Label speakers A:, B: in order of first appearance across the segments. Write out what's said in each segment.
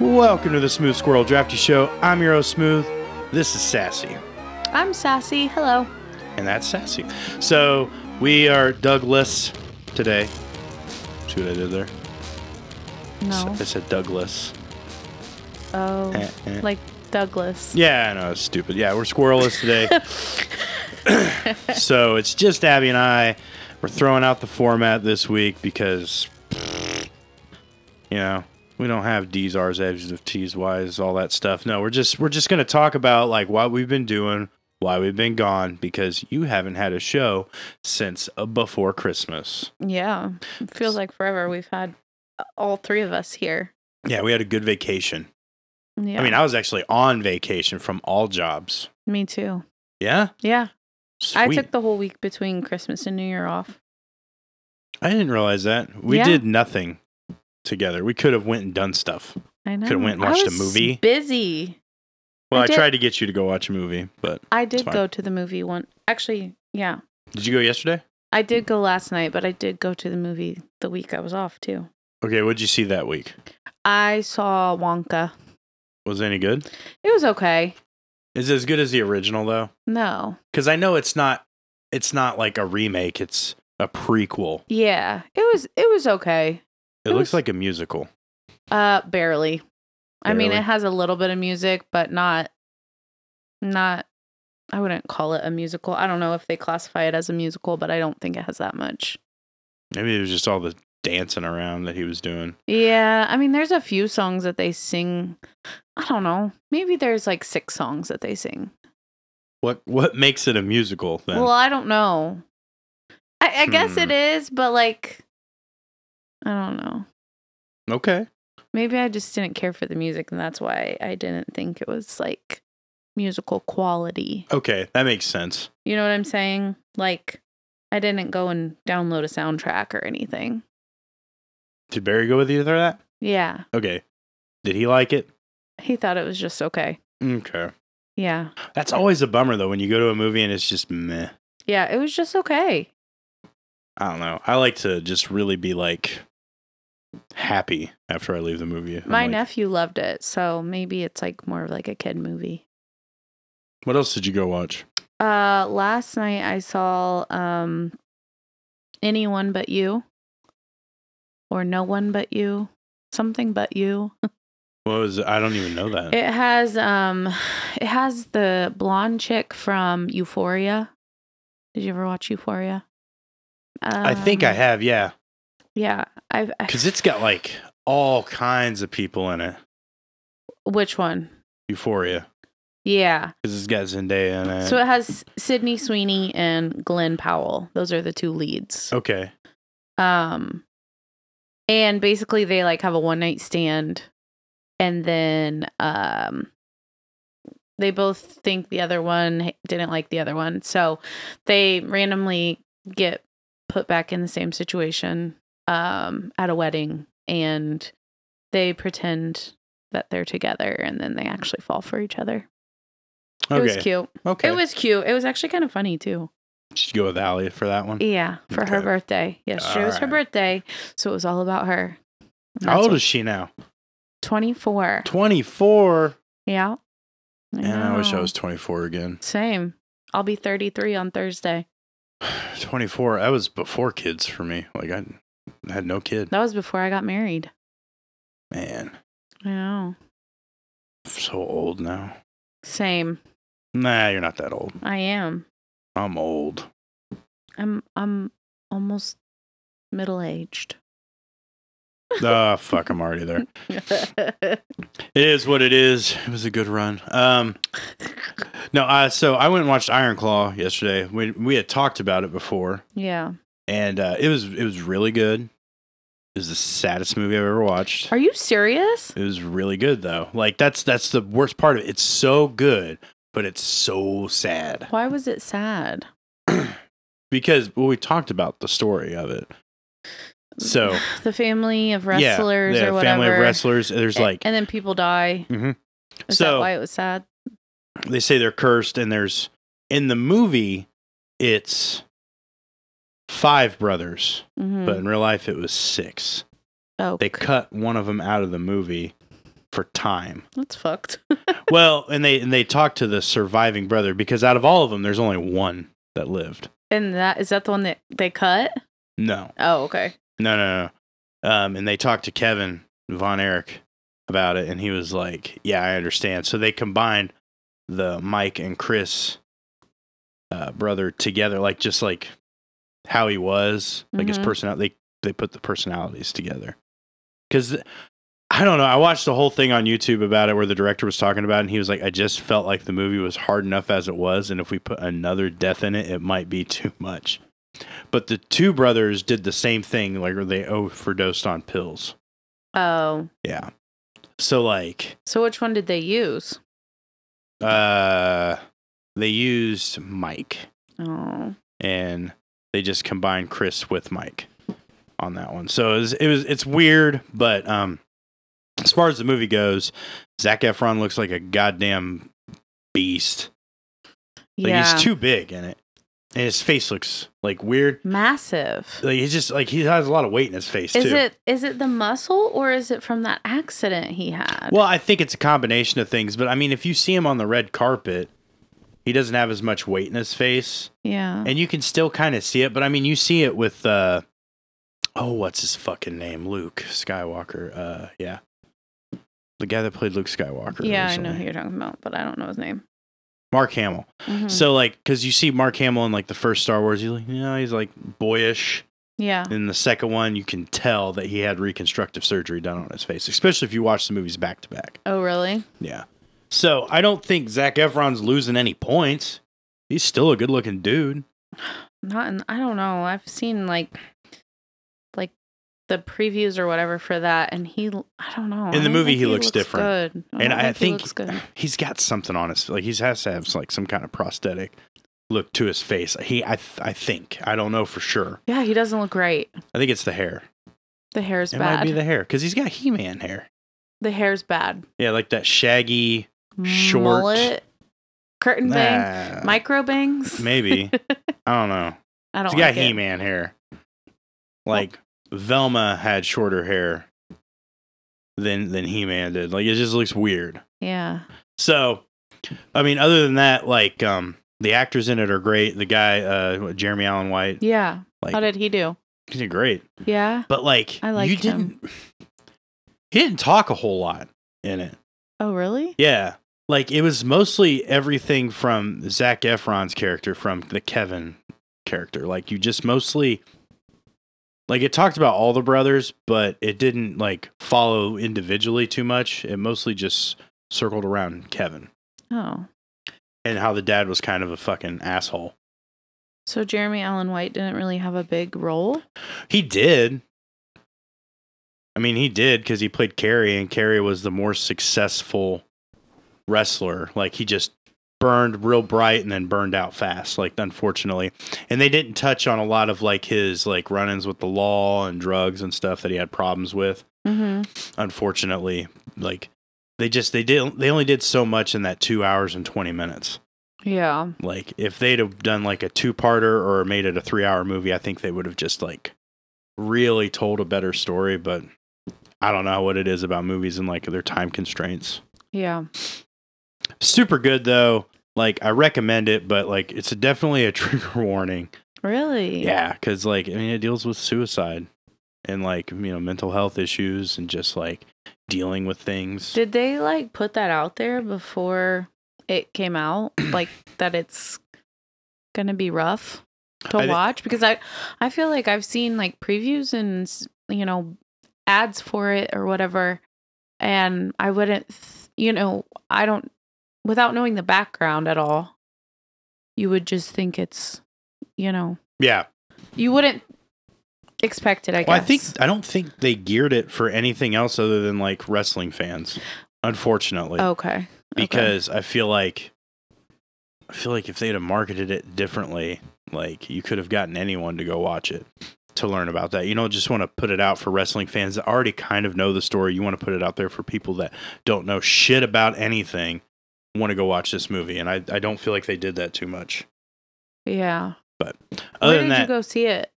A: Welcome to the Smooth Squirrel Drafty Show. I'm your host, Smooth. This is Sassy,
B: I'm sassy. Hello.
A: and that's Sassy. So we are Douglas today. See what I did there?
B: No.
A: I said Douglas.
B: Oh,
A: Eh, eh.
B: like Douglas.
A: Yeah, I know it's stupid. Yeah, we're squirrelless today. so it's just Abby and I. We're throwing out the format this week because, you know, we don't have D's, R's, F's, of T's, Y's, all that stuff. No, we're just we're just gonna talk about like what we've been doing, why we've been gone, because you haven't had a show since uh, before Christmas.
B: Yeah. It feels like forever we've had uh, all three of us here.
A: Yeah, we had a good vacation.
B: Yeah.
A: I mean, I was actually on vacation from all jobs.
B: me too.
A: Yeah,
B: Yeah. I
A: Sweet.
B: took the whole week between Christmas and New Year off.
A: I didn't realize that. We
B: Yeah.
A: did nothing together. We could have went and done stuff.
B: I know.
A: Could've went and
B: I
A: watched a
B: was
A: movie.
B: Busy.
A: Well, I,
B: I did-
A: tried to get you to go watch a movie, but
B: I
A: It's
B: did
A: fine.
B: go to the movie one. Actually, yeah.
A: did you go yesterday?
B: I did go last night, but I did go to the movie the week I was off too.
A: Okay, what'd you see that week?
B: I saw Wonka.
A: Was it any good?
B: It was okay.
A: Is it as good as the original though?
B: No.
A: Because I know it's not. It's not like a remake. It's a prequel.
B: Yeah. It was it was okay.
A: It,
B: It
A: looks
B: was-
A: like a musical.
B: Uh, barely. I mean,
A: Barely.
B: it has a little bit of music, but not, not. I wouldn't call it a musical. I don't know if they classify it as a musical, but I don't think it has that much.
A: Maybe it was just all the dancing around that he was doing.
B: Yeah, I mean, there's a few songs that they sing. I don't know. Maybe there's like six songs that they sing.
A: What What makes it a musical then?
B: Well, I don't know. I, I guess
A: Hmm.
B: it is, but like, I don't know. uh,
A: okay.
B: Maybe I just didn't care for the music, and that's why I didn't think it was like musical quality.
A: Okay, that makes sense.
B: You know what I'm saying? Like, I didn't go and download a soundtrack or anything.
A: Did Barry go with you for that?
B: Yeah.
A: Okay. Did he like it?
B: He thought it was just okay.
A: Mm, Okay.
B: Yeah.
A: That's always a bummer though when you go to a movie and it's just meh.
B: Yeah. It was just okay.
A: I don't know. I like to just really be like happy after I leave the movie. I'm
B: My
A: like,
B: nephew loved it. So maybe it's like more of like a kid movie.
A: What else did you go watch?
B: Uh, last night I saw um, Anyone But You or No One But You, Something But You.
A: What was I don't even know that.
B: It has um, it has the blonde chick from Euphoria. Did you ever watch Euphoria?
A: I think I
B: Um,
A: have, yeah,
B: Yeah, I've. I,
A: because it's got like all kinds of people in it.
B: which one?
A: Euphoria,
B: Yeah.
A: because it's got Zendaya in it.
B: So it has Sydney Sweeney and Glenn Powell. Those are the two leads.
A: okay,
B: Um, and basically they like have a one night stand, and then um, they both think the other one didn't like the other one, so they randomly get put back in the same situation um at a wedding, and they pretend that they're together, and then they actually fall for each other. It
A: okay,
B: was cute.
A: okay.
B: It was cute. It was actually kind of funny too.
A: Should you go with Allie for that one?
B: Yeah, for her
A: Okay.
B: birthday. Yes, it was her
A: Alright.
B: birthday, so it was all about her. And
A: How
B: that's
A: old
B: what-
A: is she now?
B: Twenty-four.
A: Twenty four.
B: yeah.
A: And I wish I
B: know.
A: was twenty four again.
B: Same. I'll be thirty-three on Thursday.
A: twenty four. That was before kids for me. Like I I had no kid.
B: That was before I got married.
A: Man,
B: I know.
A: I'm so old now.
B: Same.
A: Nah, you're not that old.
B: I am.
A: I'm old.
B: I'm. I'm almost middle-aged.
A: Ah, fuck, I'm already there. It is what it is. It was a good run. Um, no, uh, so I went and watched Iron Claw yesterday. We we had talked about it before,
B: yeah.
A: and uh, it was it was really good. It was the saddest movie I've ever watched.
B: Are you serious?
A: It was really good though. Like that's that's the worst part of it. It's so good, but it's so sad
B: Why was it sad?
A: because well, we talked about the story of it. So
B: the family of
A: yeah,
B: wrestlers
A: yeah,
B: or whatever.
A: family of wrestlers. There's
B: A-
A: like
B: and then people die.
A: Mhm.
B: Is
A: So-
B: that why it was sad?
A: they say they're cursed and there's in the movie it's five brothers
B: Mhm.
A: but in real life it was six
B: oh,
A: they cut one of them out of the movie for time.
B: That's fucked.
A: well, and they and they talked to the surviving brother because out of all of them, there's only one that lived.
B: And that is that the one that they cut?
A: No,
B: Oh, okay.
A: no, no, no. Um, and they talked to Kevin Von Erich about it, and he was like, "Yeah, I understand." So they combined the Mike and Chris uh, brother together, like just like how he was, like his
B: Mhm.
A: personality. They they put the personalities together because. I don't know. I watched the whole thing on YouTube about it where the director was talking about it and he was like, I just felt like the movie was hard enough as it was, and if we put another death in it, it might be too much. But the two brothers did the same thing, like they overdosed on pills.
B: Oh,
A: Yeah. So like
B: so which one did they use?
A: uh they used Mike
B: Oh,
A: and they just combined Chris with Mike on that one. So it was, it was it's weird, but um as far as the movie goes, Zach Efron looks like a goddamn beast. Like
B: yeah,
A: he's too big in it. And his face looks like weird.
B: massive.
A: Like he's just like he has a lot of weight in his face
B: Is
A: too.
B: it is it the muscle or is it from that accident he had?
A: Well, I think it's a combination of things, but I mean, if you see him on the red carpet, he doesn't have as much weight in his face,
B: yeah,
A: and you can still kind of see it. But I mean, you see it with uh, oh, what's his fucking name? Luke Skywalker. Uh, yeah, the guy that played Luke Skywalker.
B: yeah, I
A: recently.
B: know who you're talking about, but I don't know his name.
A: Mark Hamill.
B: Mhm.
A: So like, because you see Mark Hamill in like the first Star Wars, you like, you know, he's like boyish.
B: yeah,
A: In the second one, you can tell that he had reconstructive surgery done on his face, especially if you watch the movies back to back.
B: oh really?
A: Yeah. So I don't think Zach Efron's losing any points. He's still a good looking dude.
B: Not in, I don't know. I've seen like like the previews or whatever for that, and he I don't know. I
A: the
B: don't
A: movie,
B: think
A: he looks different.
B: Good.
A: and
B: don't
A: I
B: he
A: think
B: looks good.
A: he's got something on his like he has to have like some kind of prosthetic look to his face. He I th- I think. I don't know for sure.
B: Yeah, he doesn't look right.
A: I think it's the hair.
B: The hair's
A: It might
B: bad.
A: be
B: The-,
A: the hair cuz he's got He-Man hair.
B: hair's bad.
A: Yeah, like that shaggy Short.
B: mullet, curtain bang,
A: Nah,
B: micro bangs.
A: maybe. I don't know.
B: I don't
A: He's got
B: like it.
A: He-Man hair. Like Velma had shorter hair than than He-Man did. Like it just looks weird.
B: Yeah.
A: So, I mean, other than that, like um, the actors in it are great. The guy, uh, Jeremy Allen White,
B: Yeah.
A: like
B: How did he do?
A: he did great.
B: Yeah.
A: But like,
B: I liked
A: you
B: him.
A: didn't. He didn't talk a whole lot in it.
B: Oh, really?
A: Yeah, like it was mostly everything from Zach Efron's character, from the Kevin character. Like you just mostly. Like it talked about all the brothers, but it didn't like follow individually too much. It mostly just circled around Kevin.
B: Oh.
A: and how the dad was kind of a fucking asshole.
B: So Jeremy Allen White didn't really have a big role.
A: He did. I mean, he did because he played Kerry, and Kerry was the more successful wrestler. Like he just burned real bright and then burned out fast. Like unfortunately, and they didn't touch on a lot of like his like run-ins with the law and drugs and stuff that he had problems with.
B: Mm-hmm.
A: Unfortunately, like they just they did they only did so much in that two hours and twenty minutes.
B: Yeah.
A: Like if they'd have done like a two-parter or made it a 3-hour movie, I think they would have just like really told a better story, but I don't know what it is about movies and like their time constraints.
B: Yeah.
A: Super good though. Like I recommend it, but like it's definitely a trigger warning.
B: Really?
A: Yeah, cuz like I mean it deals with suicide and like, you know, mental health issues and just like dealing with things.
B: Did they like put that out there before it came out? like that it's gonna be rough to
A: I thi-
B: watch? Because I I feel like I've seen like previews and s- you know ads for it or whatever, and I wouldn't th- you know I don't without knowing the background at all, you would just think it's you know
A: yeah.
B: you wouldn't expect it. I guess.
A: Well, I think I don't think they geared it for anything else other than like wrestling fans. Unfortunately.
B: okay okay.
A: because I feel like I feel like if they'd have marketed it differently, like you could have gotten anyone to go watch it to learn about that. You don't just want to put it out for wrestling fans that already kind of know the story. You want to put it out there for people that don't know shit about anything want to go watch this movie and I, I don't feel like they did that too much.
B: yeah.
A: Other
B: Where
A: than
B: did you
A: that,
B: go see it?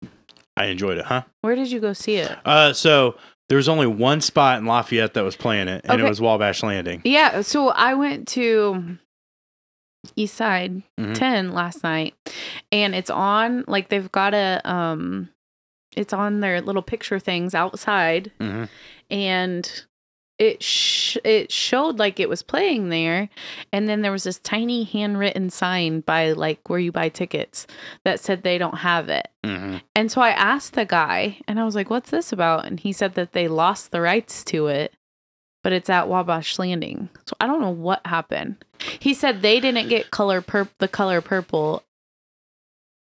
A: I enjoyed it, huh?
B: Where did you go see it?
A: Uh so There was only one spot in Lafayette that was playing it, and it
B: Okay.
A: was Wabash Landing.
B: Yeah, so I went to East Side
A: Mhm.
B: 10 last night and it's on like they've got a um it's on their little picture things outside
A: Mhm.
B: and it sh- it showed like it was playing there and then there was this tiny handwritten sign by like where you buy tickets that said they don't have it.
A: Mhm.
B: And so I asked the guy and I was like what's this about and he said that they lost the rights to it but it's at Wabash Landing. So I don't know what happened. He said they didn't get color purp the color purple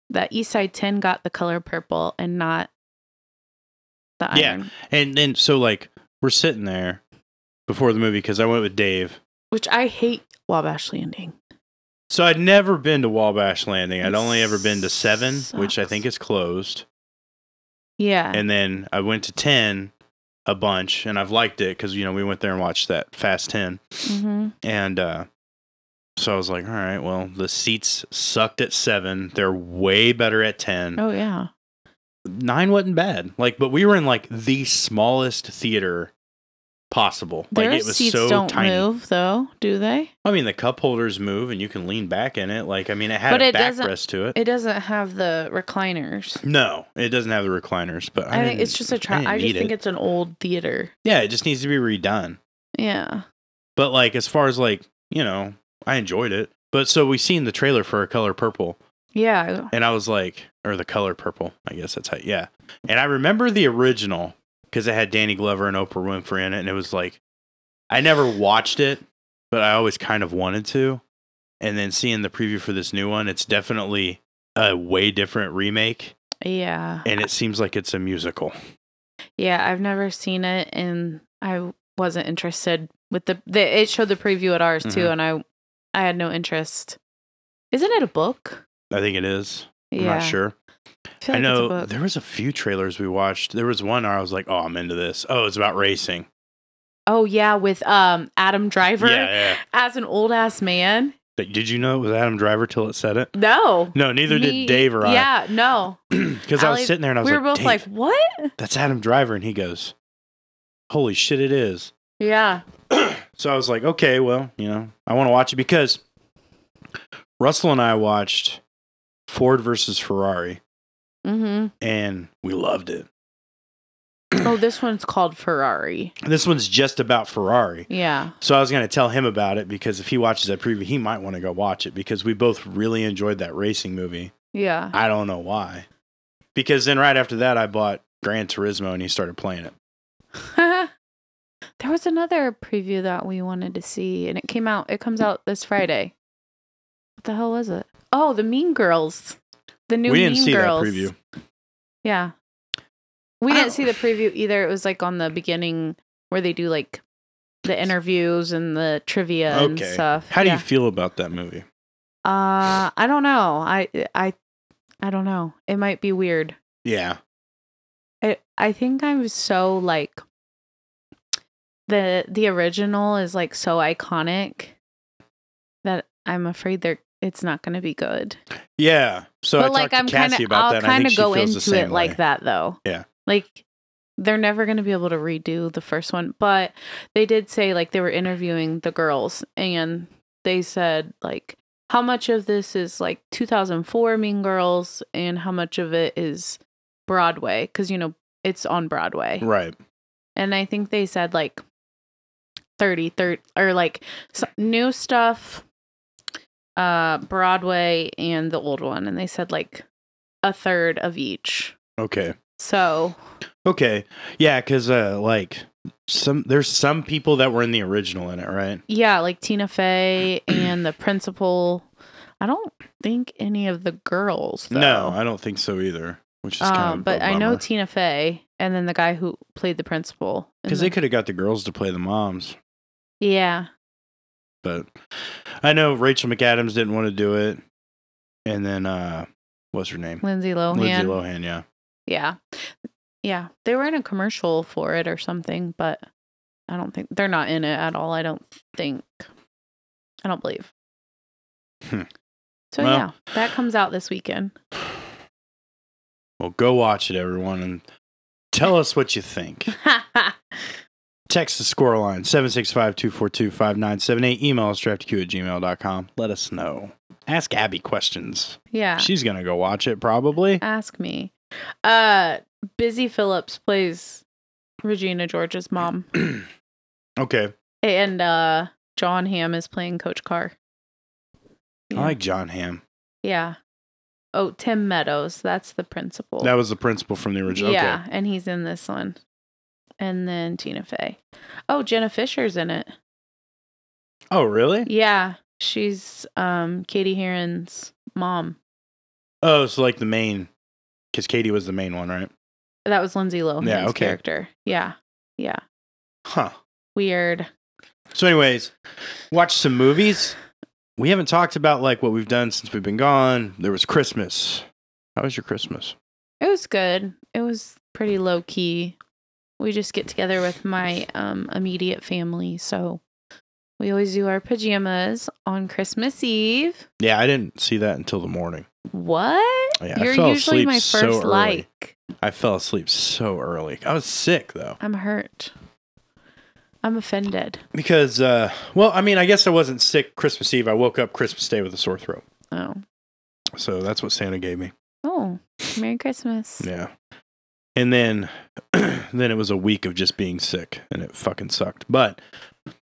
B: that East Side 10 got the color purple and not the
A: Yeah.
B: iron.
A: And then so like we're sitting there before the movie because I went with Dave.
B: which I hate Wabash Landing.
A: So I'd never been to Wabash Landing. I'd
B: It
A: only ever been to seven, which I
B: sucks.
A: think is closed.
B: Yeah.
A: And then I went to ten a bunch, and I've liked it because you know we went there and watched that Fast Ten,
B: Mhm.
A: and uh, so I was like, all right, well the seats sucked at seven. They're way better at ten.
B: Oh yeah.
A: nine wasn't bad. Like, but we were in like the smallest theater possible.
B: Their
A: like it was
B: seats
A: so
B: don't
A: tiny.
B: move though, do they?
A: I mean, the cup holders move and you can lean back in it. Like, I mean, it had
B: But
A: a
B: it doesn't-
A: backrest to it.
B: It doesn't have the recliners.
A: No, it doesn't have the recliners, but I,
B: I, think it's just a
A: try.
B: try. I, just think it's an old theater.
A: yeah, it just needs to be redone.
B: Yeah.
A: But like, as far as like, you know, I enjoyed it. But so we seen the trailer for a color purple,
B: Yeah.
A: and I was like, or the color purple, I guess that's how, yeah. And I remember the original because it had Danny Glover and Oprah Winfrey in it, and it was like, I never watched it, but I always kind of wanted to. And then seeing the preview for this new one, it's definitely a way different remake,
B: Yeah.
A: and it seems like it's a musical.
B: Yeah, I've never seen it and I wasn't interested with the, the it showed the preview at ours too
A: Mhm.
B: and I I had no interest. Isn't it a book?
A: I think it is. I'm
B: yeah.
A: not sure.
B: I, feel
A: I
B: like it's a
A: know
B: book.
A: there was a few trailers we watched. There was one where I was like, "Oh, I'm into this." Oh, it's about racing.
B: Oh yeah, with um Adam Driver
A: Yeah, yeah.
B: as an old ass man.
A: But Did you know it was Adam Driver till it said it?
B: No.
A: No, neither
B: Me-
A: did Dave or I.
B: Yeah, no.
A: because I was
B: Ali-
A: sitting there and I was
B: we were
A: like,
B: both
A: "Dave,
B: like, what?
A: "That's Adam Driver," and he goes, "Holy shit, it is!"
B: Yeah.
A: So I was like, "Okay, well, you know, I want to watch it because Russell and I watched Ford versus Ferrari,
B: hmm
A: and we loved it.
B: Oh, this one's called Ferrari.
A: This one's just about Ferrari."
B: Yeah.
A: So I was going to tell him about it because if he watches that preview, he might want to go watch it because we both really enjoyed that racing movie.
B: Yeah.
A: I don't know why. Because then right after that, I bought Gran Turismo and he started playing it.
B: there was another preview that we wanted to see, and it came out, it comes out this Friday. What the hell was it? Oh, the Mean Girls. The new
A: we didn't
B: Mean
A: see
B: Girls.
A: that preview.
B: Yeah. We
A: I
B: didn't
A: don't-
B: see the preview either. It was like on the beginning where they do like the interviews and the trivia and
A: Okay.
B: stuff.
A: How do
B: Yeah.
A: you feel about that movie?
B: Uh, I don't know. I I I don't know. It might be weird.
A: Yeah.
B: I I think I'm so like the the original is like so iconic that I'm afraid they're it's not going to be good.
A: Yeah. So I
B: but like
A: talked
B: I'm
A: to
B: kind
A: Cassie
B: of
A: about
B: I'll
A: that. and I
B: kind
A: think
B: of
A: she
B: go
A: feels the
B: into
A: same
B: it like
A: way.
B: that though.
A: Yeah.
B: Like they're never going to be able to redo the first one, but they did say like they were interviewing the girls and they said like how much of this is like 2004 Mean Girls and how much of it is Broadway cuz you know it's on Broadway.
A: Right.
B: And I think they said like 30 30 or like s new stuff uh Broadway and the old one and they said like a third of each.
A: Okay.
B: So,
A: Okay. Yeah, because uh, like some there's some people that were in the original in it, right?
B: yeah, like Tina Fey and the principal. I don't think any of the girls though.
A: No, I don't think so either. Which is kind
B: um,
A: of
B: but I know Tina Fey and then the guy who played the principal. in
A: because
B: the-
A: they could have got the girls to play the moms,
B: Yeah.
A: but I know Rachel McAdams didn't want to do it, and then uh, what's her name?
B: Lindsay Lohan.
A: Lindsay Lohan. Yeah.
B: Yeah. Yeah. They were in a commercial for it or something, but I don't think they're not in it at all. I don't think. I don't believe.
A: Hmm.
B: So,
A: Well-
B: yeah, that comes out this weekend.
A: Well, go watch it, everyone, and tell us what you think. Text the score line 765-242-5978. Email us draftq at gmail.com. Let us know. Ask Abby questions.
B: Yeah.
A: She's gonna go watch it probably.
B: Ask me. Uh Busy Phillips plays Regina George's mom.
A: Okay.
B: and uh John Hamm is playing Coach Carr. Yeah.
A: I like John Hamm.
B: yeah. Oh, Tim Meadows, that's the principal.
A: That was the principal from the original.
B: Yeah, and he's in this one. And then Tina Fey. Oh, Jenna Fisher's in it.
A: Okay. Oh really?
B: Yeah. She's um Katie Heron's mom.
A: Oh, so like the main because Katie was the main one, right?
B: That was Lindsay Lohan's
A: Yeah, okay.
B: character. Yeah. Yeah.
A: Huh.
B: Weird.
A: So, anyways, watch some movies. We haven't talked about like what we've done since we've been gone. There was Christmas. How was your Christmas?
B: It was good. It was pretty low key. We just get together with my um immediate family, so we always do our pajamas on Christmas Eve.
A: Yeah, I didn't see that until the morning.
B: What?
A: Yeah, I
B: You're
A: fell
B: usually
A: asleep
B: my
A: so
B: first
A: early.
B: like.
A: I fell asleep so early. I was sick though.
B: I'm hurt. I'm offended.
A: Because uh well, I mean, I guess I wasn't sick Christmas Eve. I woke up Christmas Day with a sore throat.
B: Oh.
A: So that's what Santa gave me.
B: Oh. Merry Christmas.
A: Yeah. And then then it was a week of just being sick and it fucking sucked. But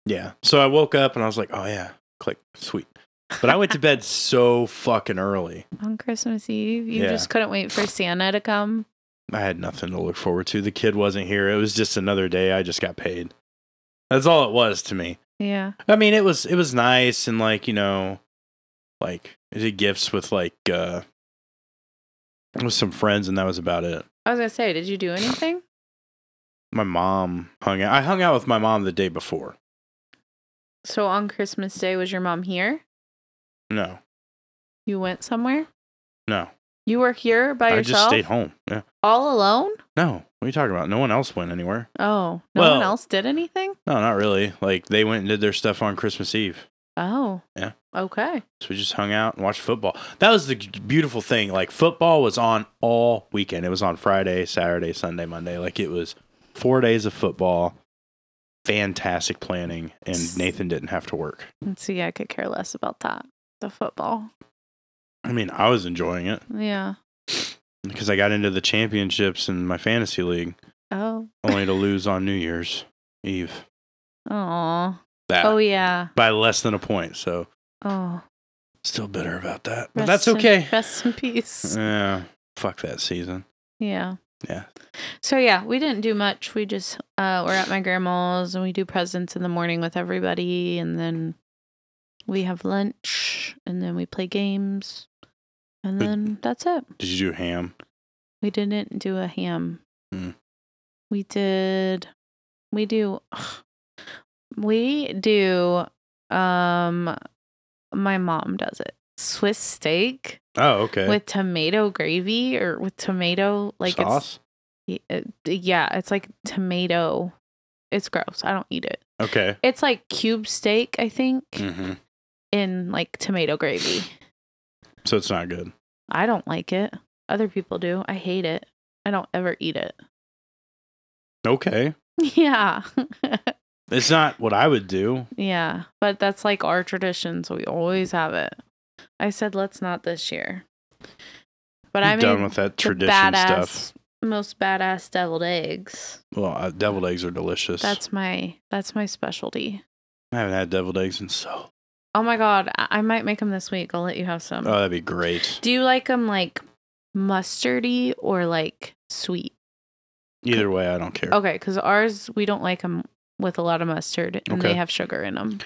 A: yeah. So I woke up and I was like, "Oh yeah, click sweet." But I went to bed so fucking early.
B: On Christmas Eve. You
A: Yeah.
B: just couldn't wait for Santa to come.
A: I had nothing to look forward to. The kid wasn't here. It was just another day. I just got paid. That's all it was to me.
B: Yeah.
A: I mean, it was it was nice and like, you know, like I did gifts with like uh with some friends and that was about it.
B: I was gonna say, did you do anything?
A: My mom hung out. I hung out with my mom the day before.
B: So on Christmas Day, was your mom here?
A: No.
B: You went somewhere?
A: No.
B: You were here by
A: I
B: yourself?
A: just stayed home. Yeah.
B: All alone?
A: No. What are you talking about? No one else went anywhere.
B: Oh, no
A: Well-
B: one else did anything?
A: No, not really. Like they went and did their stuff on Christmas Eve.
B: Oh.
A: Yeah.
B: Okay.
A: So we just hung out and watched football. That was the beautiful thing. Like football was on all weekend. It was on Friday, Saturday, Sunday, Monday. Like it was four days of football. Fantastic planning, and Nathan didn't have to work.
B: Let's see, I could care less about that. The football.
A: I mean, I was enjoying it
B: Yeah.
A: because I got into the championships in my fantasy league,
B: Oh.
A: only to lose on New Year's Eve.
B: Aw.
A: That
B: Oh yeah.
A: by less than a point. So
B: Oh.
A: Still bitter about that, but
B: Rest
A: that's
B: in-
A: okay.
B: rest in peace.
A: Yeah, fuck that season.
B: Yeah.
A: Yeah.
B: So yeah, we didn't do much. We just uh we're at my grandma's and we do presents in the morning with everybody and then we have lunch and then we play games. And
A: Did-
B: then that's it.
A: Did you do ham?
B: We didn't do a ham.
A: Mm.
B: We did. We do. We do. Um, my mom does it. Swiss steak
A: Oh, okay.
B: with tomato gravy or with tomato like
A: sauce.
B: it's it- uh, yeah, it's like tomato. It's gross. I don't eat it.
A: okay.
B: It's like cube steak, I think,
A: hmm
B: in like tomato gravy.
A: So it's not good.
B: I don't like it. Other people do. I hate it. I don't ever eat it.
A: Okay,
B: Yeah.
A: it's not what I would do.
B: yeah. But that's like our tradition, so we always have it. I said let's not this year. But
A: I'm
B: I made
A: done with that
B: the
A: tradition
B: badass,
A: stuff.
B: most badass deviled eggs.
A: Well, uh, deviled eggs are delicious.
B: That's my that's my specialty.
A: I haven't had deviled eggs in so.
B: Oh my god, I, I might make them this week. I'll let you have some.
A: Oh, that'd be great.
B: Do you like them like mustardy or like sweet?
A: Either way, I don't care.
B: Okay, because ours we don't like them with a lot of mustard, and they
A: Okay.
B: have sugar in them.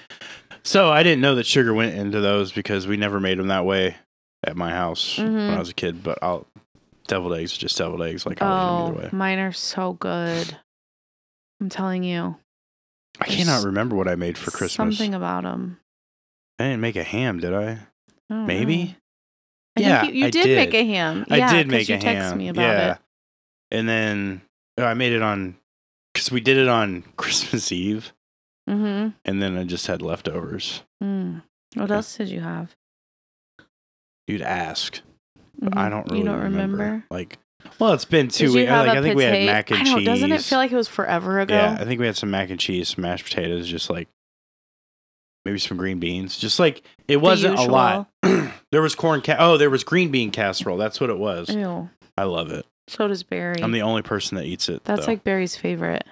A: So I didn't know that sugar went into those because we never made them that way at my house when
B: Mhm.
A: I was a kid. But I'll deviled eggs, are just deviled eggs. Like I'll eat them
B: Oh,
A: either way.
B: mine are so good. I'm telling you,
A: I
B: There's
A: cannot remember what I made for Christmas.
B: something about them.
A: I didn't make a ham, did I? Maybe.
B: I
A: Yeah,
B: think you, you
A: I
B: did,
A: did.
B: make a ham.
A: I
B: Yeah,
A: did
B: 'cause
A: make
B: you
A: a
B: text
A: ham.
B: me about
A: yeah.
B: it.
A: And then oh, I made it on because we did it on Christmas Eve,
B: Mm-hmm.
A: and then I just had leftovers.
B: Mm. What
A: Yeah.
B: else did you have?
A: You'd ask, but I
B: Mhm.
A: don't really
B: Mm-hmm. You Mm, don't remember?
A: Like Well, it's been two
B: Did you
A: weeks.
B: have
A: Like,
B: a
A: I think we had
B: potato-
A: mac and
B: I know,
A: cheese.
B: Doesn't it feel like it was forever ago?
A: Yeah, I think we had some mac and cheese, some mashed potatoes, just like maybe some green beans. Just like it wasn't a lot. there was corn. Ca- oh, there was green bean casserole. That's what it was.
B: Ew.
A: I love it.
B: So does Barry.
A: I'm the only person that eats it.
B: That's
A: though.
B: like Barry's favorite.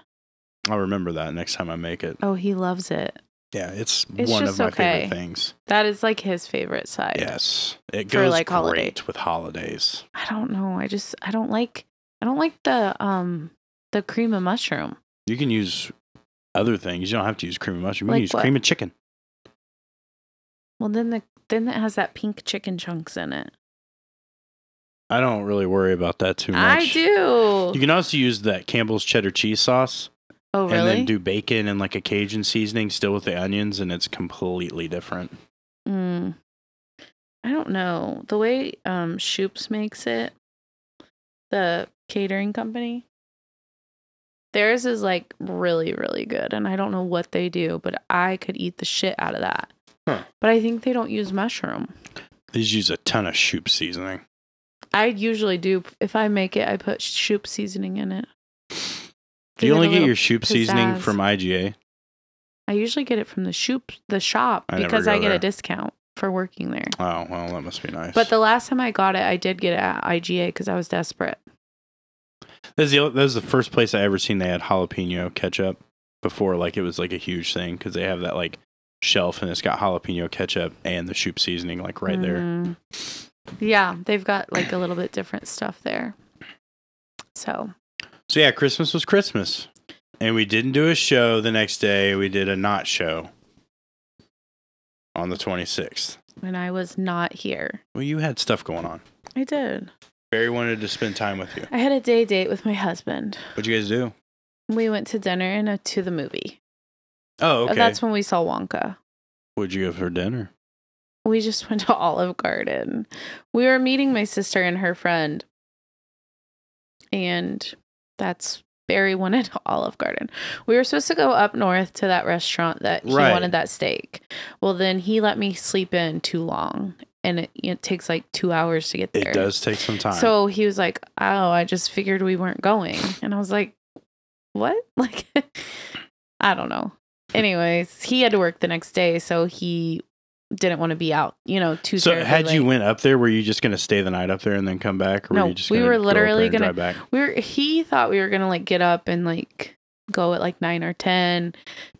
A: I'll remember that next time I make it.
B: Oh, he loves it.
A: Yeah, it's,
B: It's
A: one of
B: just
A: my
B: okay.
A: favorite things.
B: That is like his favorite side.
A: Yes, it
B: For,
A: goes
B: like,
A: great
B: holiday.
A: with holidays.
B: I don't know. I just I don't like I don't like the um the cream of mushroom.
A: You can use other things. You don't have to use cream of mushroom. You
B: Like
A: can use
B: what?
A: cream of chicken.
B: Well, then the then it has that pink chicken chunks in it.
A: I don't really worry about that too much.
B: I do.
A: You can also use that Campbell's cheddar cheese sauce.
B: oh,
A: and
B: really?
A: then do bacon and like a Cajun seasoning still with the onions, and it's completely different.
B: Mm. I don't know. The way um Shoops makes it, the catering company, theirs is like really, really good. And I don't know what they do, but I could eat the shit out of that.
A: Huh.
B: But I think they don't use mushroom.
A: These use a ton of soup seasoning.
B: I usually do. If I make it, I put Shoop seasoning in it.
A: Do
B: Give it
A: you
B: a
A: only get
B: little
A: your soup seasoning
B: pizzazz.
A: from IGA?
B: I usually get it from the Shoop, the shop,
A: I never
B: because
A: go
B: I get
A: there.
B: a discount for working there.
A: Oh well, that must be nice.
B: But the last time I got it, I did get it at IGA because I was desperate.
A: that was the that was the first place I ever seen they had jalapeno ketchup before. Like it was like a huge thing because they have that like shelf and it's got jalapeno ketchup and the soup seasoning like right there.
B: Mhm. Yeah, they've got like a little bit different stuff there. So
A: So yeah, Christmas was Christmas, and we didn't do a show the next day. We did a not show on the twenty sixth.
B: when I was not here,
A: Well, you had stuff going on.
B: I did.
A: Barry wanted to spend time with you.
B: I had a day date with my husband.
A: What'd you guys do?
B: We went to dinner and uh, to the movie.
A: Oh,
B: Uh,
A: okay.
B: That's when we saw Wonka.
A: What'd you have for dinner?
B: We just went to Olive Garden. We were meeting my sister and her friend. And that's Barry wanted Olive Garden. We were supposed to go up north to that restaurant that he
A: Right.
B: wanted that steak. Well, then he let me sleep in too long. And it, it takes like two hours to get there.
A: It does take some time.
B: So he was like, Oh, I just figured we weren't going. And I was like, What? Like, I don't know. Anyways, he had to work the next day. So he didn't want to be out, you know, too
A: So
B: terribly
A: had you
B: late.
A: went up there, were you just gonna stay the night up there and then come back? Or
B: No,
A: were you just
B: we
A: gonna
B: were
A: go up
B: literally
A: there and
B: gonna-
A: drive back.
B: we were, he thought we were going to like get up and like go at like nine or 10,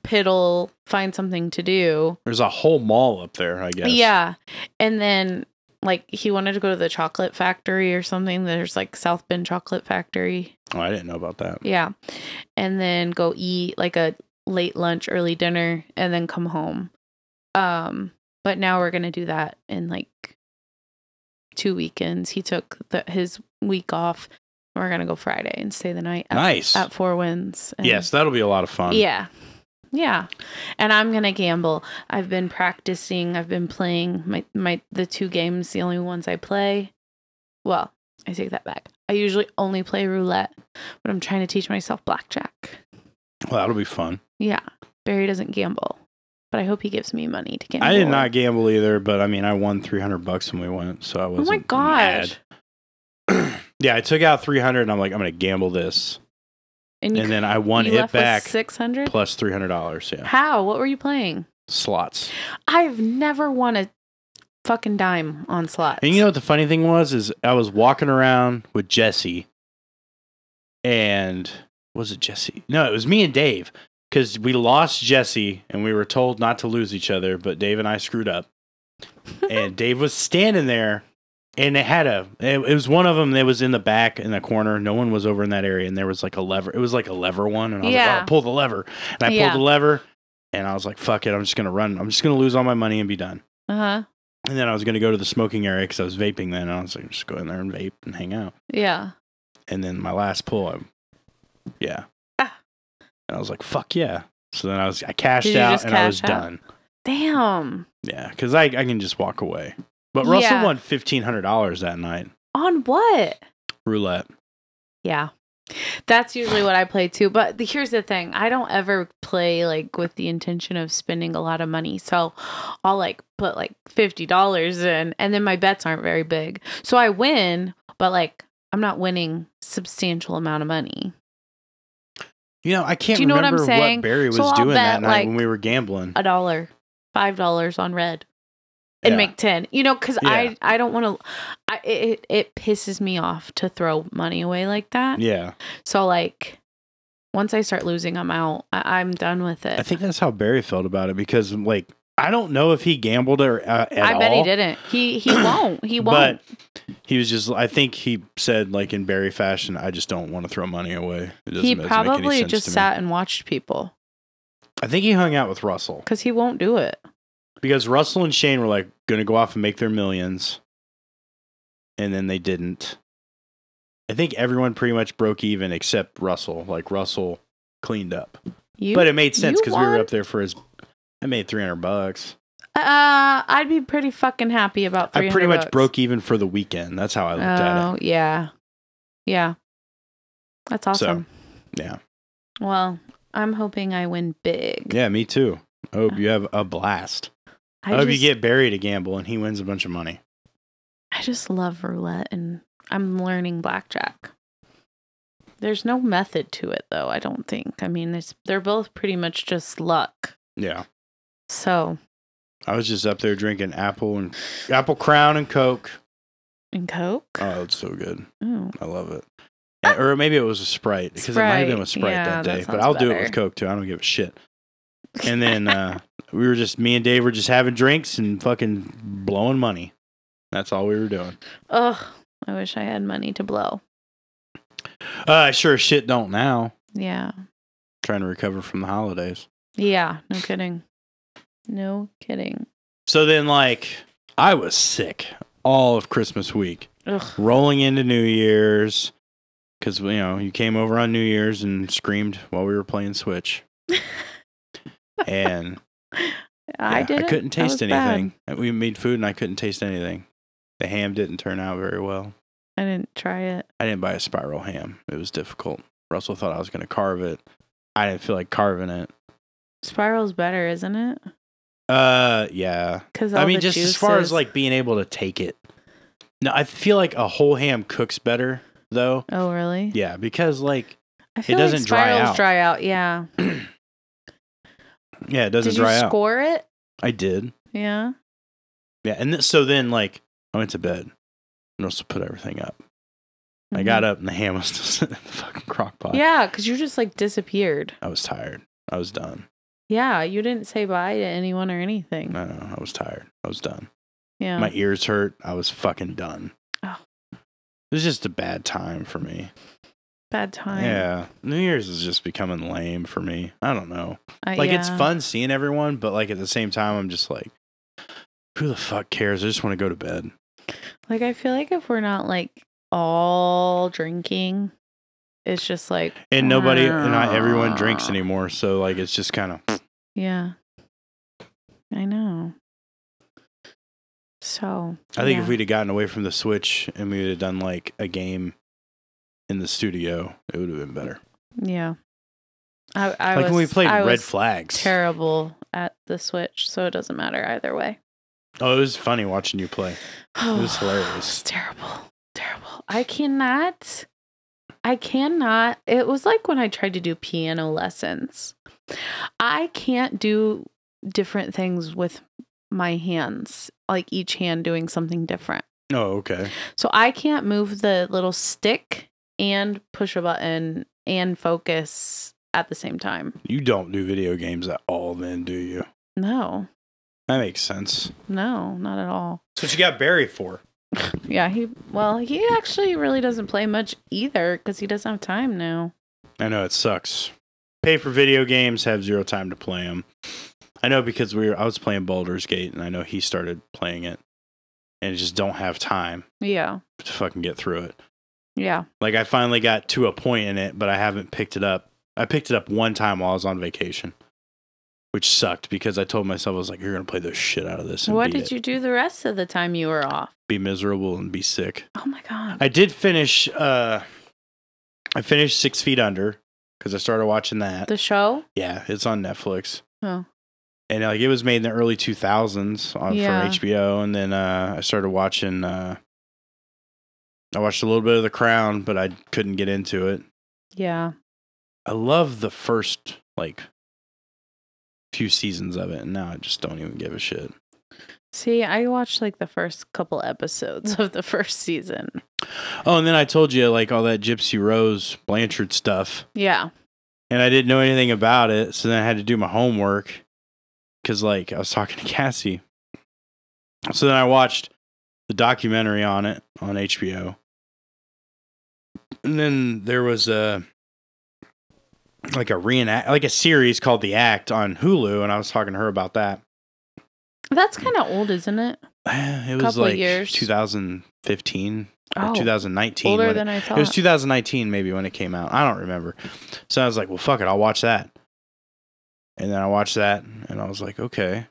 B: piddle, find something to do.
A: There's a whole mall up there, I guess.
B: Yeah. And then like he wanted to go to the chocolate factory or something. There's like South Bend Chocolate Factory.
A: Oh, I didn't know about that.
B: Yeah. And then go eat like a late lunch, early dinner, and then come home. Um, but now we're gonna do that in like two weekends. He took the, his week off. We're gonna go Friday and stay the night at,
A: nice.
B: at Four Winds. And-
A: yes, that'll be a lot of fun.
B: Yeah. Yeah. And I'm gonna gamble. I've been practicing, I've been playing my, my the two games, the only ones I play. Well, I take that back. I usually only play roulette, but I'm trying to teach myself blackjack.
A: Well, that'll be fun.
B: Yeah. Barry doesn't gamble. But I hope he gives me money to gamble.
A: I did not gamble either, but I mean I won three hundred bucks when we went, so I
B: Oh
A: was
B: my gosh.
A: Yeah, I took out three hundred and I'm like, I'm gonna gamble this.
B: And you,
A: And then I won
B: you
A: it
B: left with
A: back
B: 600?
A: plus three hundred dollars. Yeah.
B: How? What were you playing?
A: Slots.
B: I've never won a fucking dime on slots.
A: And you know what the funny thing was is I was walking around with Jesse, and was it Jesse? No, it was me and Dave because we lost Jesse and we were told not to lose each other, but Dave and I screwed up, and Dave was standing there. And it had a. It, it was one of them that was in the back in the corner. No one was over in that area, and there was like a lever. It was like a lever one, and I was
B: Yeah.
A: like, "Oh, pull the lever!" And I pulled
B: Yeah.
A: the lever, and I was like, "Fuck it! I'm just gonna run. I'm just gonna lose all my money and be done."
B: Uh-huh.
A: And then I was going to go to the smoking area because I was vaping then. And I was like, just go in there and vape and hang out.
B: Yeah.
A: And then my last pull, I, yeah.
B: Ah.
A: And I was like, fuck yeah. So then I was, I cashed
B: Did you
A: out
B: just
A: and I was
B: cash out?
A: done.
B: Damn.
A: Yeah. Cause I, I can just walk away. But Russell
B: Yeah.
A: won $1,500 that night,
B: On what?
A: roulette.
B: Yeah. That's usually what I play too. But the, here's the thing I don't ever play like with the intention of spending a lot of money. So I'll like put like $50 in, and then my bets aren't very big. So I win, but like I'm not winning substantial amount of money.
A: You know, I can't
B: Do you know what I'm
A: remember what,
B: saying?
A: Barry was
B: So I'll
A: doing that
B: bet,
A: night
B: like-
A: when we were gambling.
B: A dollar, five dollars on red, and
A: Yeah.
B: make ten. You know, because
A: Yeah.
B: I I don't want to. It it pisses me off to throw money away like that.
A: yeah.
B: So like, once I start losing, I'm out. I, I'm done with it.
A: I think that's how Barry felt about it because, like, I don't know if he gambled or uh, at
B: I
A: all.
B: bet he didn't. He he won't. He won't.
A: But he was just. I think he said, like in Barry fashion, I just don't want to throw money away. It doesn't,
B: he
A: doesn't make any
B: probably
A: sense
B: just
A: to me.
B: sat and watched people
A: I think he hung out with Russell
B: because he won't do it.
A: because Russell and Shane were like going to go off and make their millions, and then they didn't. I think everyone pretty much broke even except Russell. Like Russell cleaned up,
B: You,
A: but it made sense
B: you
A: because we were
B: won?
A: up there for his. I made three hundred bucks.
B: uh, I'd be pretty fucking happy about.
A: I pretty
B: 300
A: much
B: bucks.
A: broke even for the weekend. That's how I looked at
B: Oh yeah, yeah. That's awesome.
A: it. Yeah.
B: Well, I'm hoping I win big.
A: Yeah, me too. I hope you have a blast. I,
B: I,
A: hope
B: just,
A: you get Barry to gamble and he wins a bunch of money.
B: I just love roulette, and I'm learning blackjack. There's no method to it, though. I don't think. I mean, it's they're both pretty much just luck.
A: Yeah.
B: So
A: I was just up there drinking apple and apple crown and coke.
B: in Coke.
A: Oh, it's so good.
B: Ooh.
A: I love it. And- or maybe it was a Sprite because it might have been with
B: Ah! Sprite.
A: Sprite
B: Yeah,
A: that
B: that
A: day. but
B: sounds
A: I'll do it with
B: better.
A: Coke too. I don't give a shit. And then uh, we were just me and Dave were just having drinks and fucking blowing money. That's all we were doing.
B: Ugh, I wish I had money to blow.
A: Uh, sure as shit don't now.
B: Yeah.
A: Trying to recover from the holidays.
B: Yeah. No kidding. No kidding.
A: So then, like, I was sick all of Christmas week,
B: Ugh.
A: rolling into New Year's, because, you know, you came over on New Year's and screamed while we were playing Switch. and
B: I
A: yeah,
B: did.
A: I
B: it.
A: couldn't
B: That was
A: taste
B: bad.
A: anything. We made food and I couldn't taste anything. The ham didn't turn out very well.
B: I didn't try it.
A: I didn't buy a spiral ham, it was difficult. Russell thought I was going to carve it. I didn't feel like carving it.
B: Spiral's better, isn't it?
A: Uh, yeah.
B: Because
A: I mean, just as far as like being able to take it. No, I feel like a whole ham cooks better though.
B: Oh, really?
A: Yeah, because like,
B: I feel
A: doesn't
B: like
A: dry
B: spirals
A: out.
B: dry out. Yeah.
A: yeah, it doesn't
B: did
A: dry
B: you
A: out.
B: score it?
A: I did.
B: Yeah.
A: Yeah, and th- so then like I went to bed. And also put everything up. I got up and the ham was still sitting in the fucking crock pot.
B: Mm-hmm. Yeah, because you just like disappeared.
A: I was tired. I was done.
B: Yeah, you didn't say bye to anyone or anything.
A: No, no, I was tired. I was done.
B: yeah.
A: My ears hurt. I was fucking done.
B: Oh.
A: It was just a bad time for me.
B: Bad time.
A: Yeah. New Year's is just becoming lame for me. I don't know.
B: I-
A: like it's
B: Uh, yeah.
A: fun seeing everyone, but like at the same time, I'm just like, who the fuck cares? I just want to go to bed.
B: Like I feel like if we're not like all drinking, it's just like
A: And nobody, and not everyone drinks anymore, so like it's just kind of
B: Yeah. I know. So
A: I think
B: yeah.
A: if we'd have gotten away from the Switch and we would have done like a game in the studio, it would have been better.
B: Yeah. I, I
A: like
B: was,
A: when we played
B: I
A: Red
B: was
A: Flags.
B: terrible at the Switch, so it doesn't matter either way.
A: oh, it was funny watching you play.
B: It
A: was hilarious.
B: terrible. Terrible. I cannot. I cannot. It was like when I tried to do piano lessons. I can't do different things with my hands, like each hand doing something different.
A: Oh, okay.
B: So I can't move the little stick and push a button and focus at the same time.
A: You don't do video games at all, then, do you?
B: No,
A: That makes sense.
B: no, not at all.
A: That's what you got Barry for.
B: Yeah, he, well, he actually really doesn't play much either because he doesn't have time now.
A: I know it sucks. Pay for video games, have zero time to play them. I know because we were, I was playing Baldur's Gate, and I know he started playing it, and just don't have time
B: Yeah.
A: to fucking get through it.
B: Yeah.
A: Like I finally got to a point in it, but I haven't picked it up. I picked it up one time while I was on vacation, which sucked because I told myself I was like, "You're gonna play the shit out of this." And
B: What
A: beat
B: did
A: it.
B: you do the rest of the time you were off?
A: Be miserable and be sick.
B: Oh my god.
A: I did finish. uh I finished Six Feet Under because I started watching that.
B: the show?
A: yeah, it's on Netflix.
B: Oh.
A: and like it was made in the early 2000s on
B: Yeah.
A: for HBO and then uh I started watching uh I watched a little bit of The Crown, but I couldn't get into it.
B: Yeah.
A: I love the first like few seasons of it, and now I just don't even give a shit.
B: See, I watched like the first couple episodes
A: Mm.
B: of the first season.
A: Oh, and then I told you like all that Gypsy Rose Blanchard stuff,
B: Yeah.
A: and I didn't know anything about it, so then I had to do my homework because like I was talking to Cassie. So then I watched the documentary on it on HBO, and then there was a like a reenact like a series called The Act on Hulu, and I was talking to her about that.
B: That's
A: Mm.
B: kind of old, isn't it?
A: It was
B: Couple of
A: like
B: years.
A: 2015 or
B: Oh,
A: 2019.
B: older
A: when
B: than I
A: it,
B: thought.
A: it was 2019 maybe when it came out. I don't remember. So I was like, well, fuck it, I'll watch that. And then I watched that, and I was like, okay.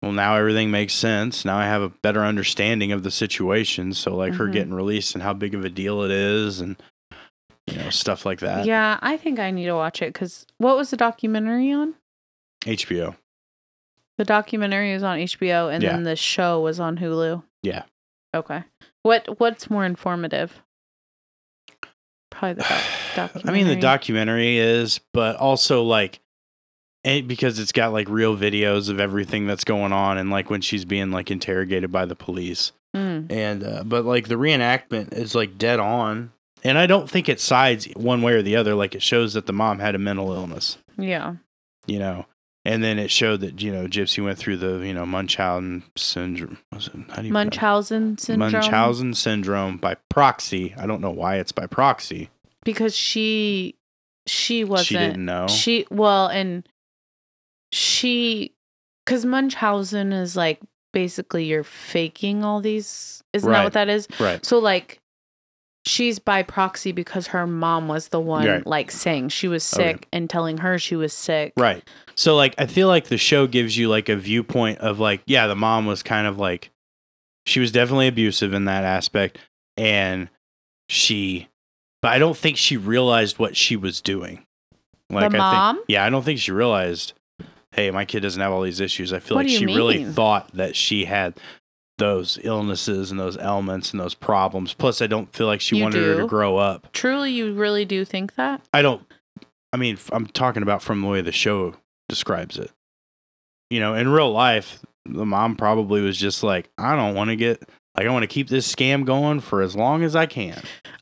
A: Well, now everything makes sense. Now I have a better understanding of the situation. So like her
B: Mhm.
A: getting released and how big of a deal it is, and you know stuff like that.
B: yeah, I think I need to watch it because what was the documentary on?
A: HBO.
B: The documentary was on HBO, and
A: Yeah.
B: then the show was on Hulu.
A: Yeah.
B: Okay. What What's more informative? Probably the doc-
A: I mean, the
B: documentary.
A: documentary is, but also like, it, because it's got like real videos of everything that's going on and like when she's being like interrogated by the police.
B: Mm.
A: And, uh, but like the reenactment is like dead on. And I don't think it sides one way or the other. Like it shows that the mom had a mental illness,
B: Yeah.
A: you know, and then it showed that, you know, Gypsy went through the, you know, Munchausen syndrome. Was it, how do you pronounce-
B: Munchausen syndrome.
A: Munchausen syndrome by proxy. I don't know why it's by proxy.
B: Because she she wasn't
A: She didn't know.
B: She well, and she because Munchausen is like basically you're faking all these. Isn't that
A: Right.
B: what that is?
A: right.
B: So like, she's by proxy because her mom was the one
A: Right.
B: like saying she was
A: Okay.
B: sick and telling her she was sick.
A: Right. So like I feel like the show gives you like a viewpoint of like yeah, the mom was kind of like she was definitely abusive in that aspect and she but I don't think she realized what she was doing. I
B: mom?
A: think Yeah, I don't think she realized hey, my kid doesn't have all these issues. I feel
B: What
A: like
B: do you
A: she really
B: mean?
A: thought that she had those illnesses and those ailments and those problems. Plus I don't feel like she
B: You
A: wanted her to
B: do?
A: grow up.
B: Truly, you really do think that?
A: I don't. I mean, f- I'm talking about from the way the show describes it. You know, in real life, the mom probably was just like, I don't want to get, like, I want to keep this scam going for as long as I can.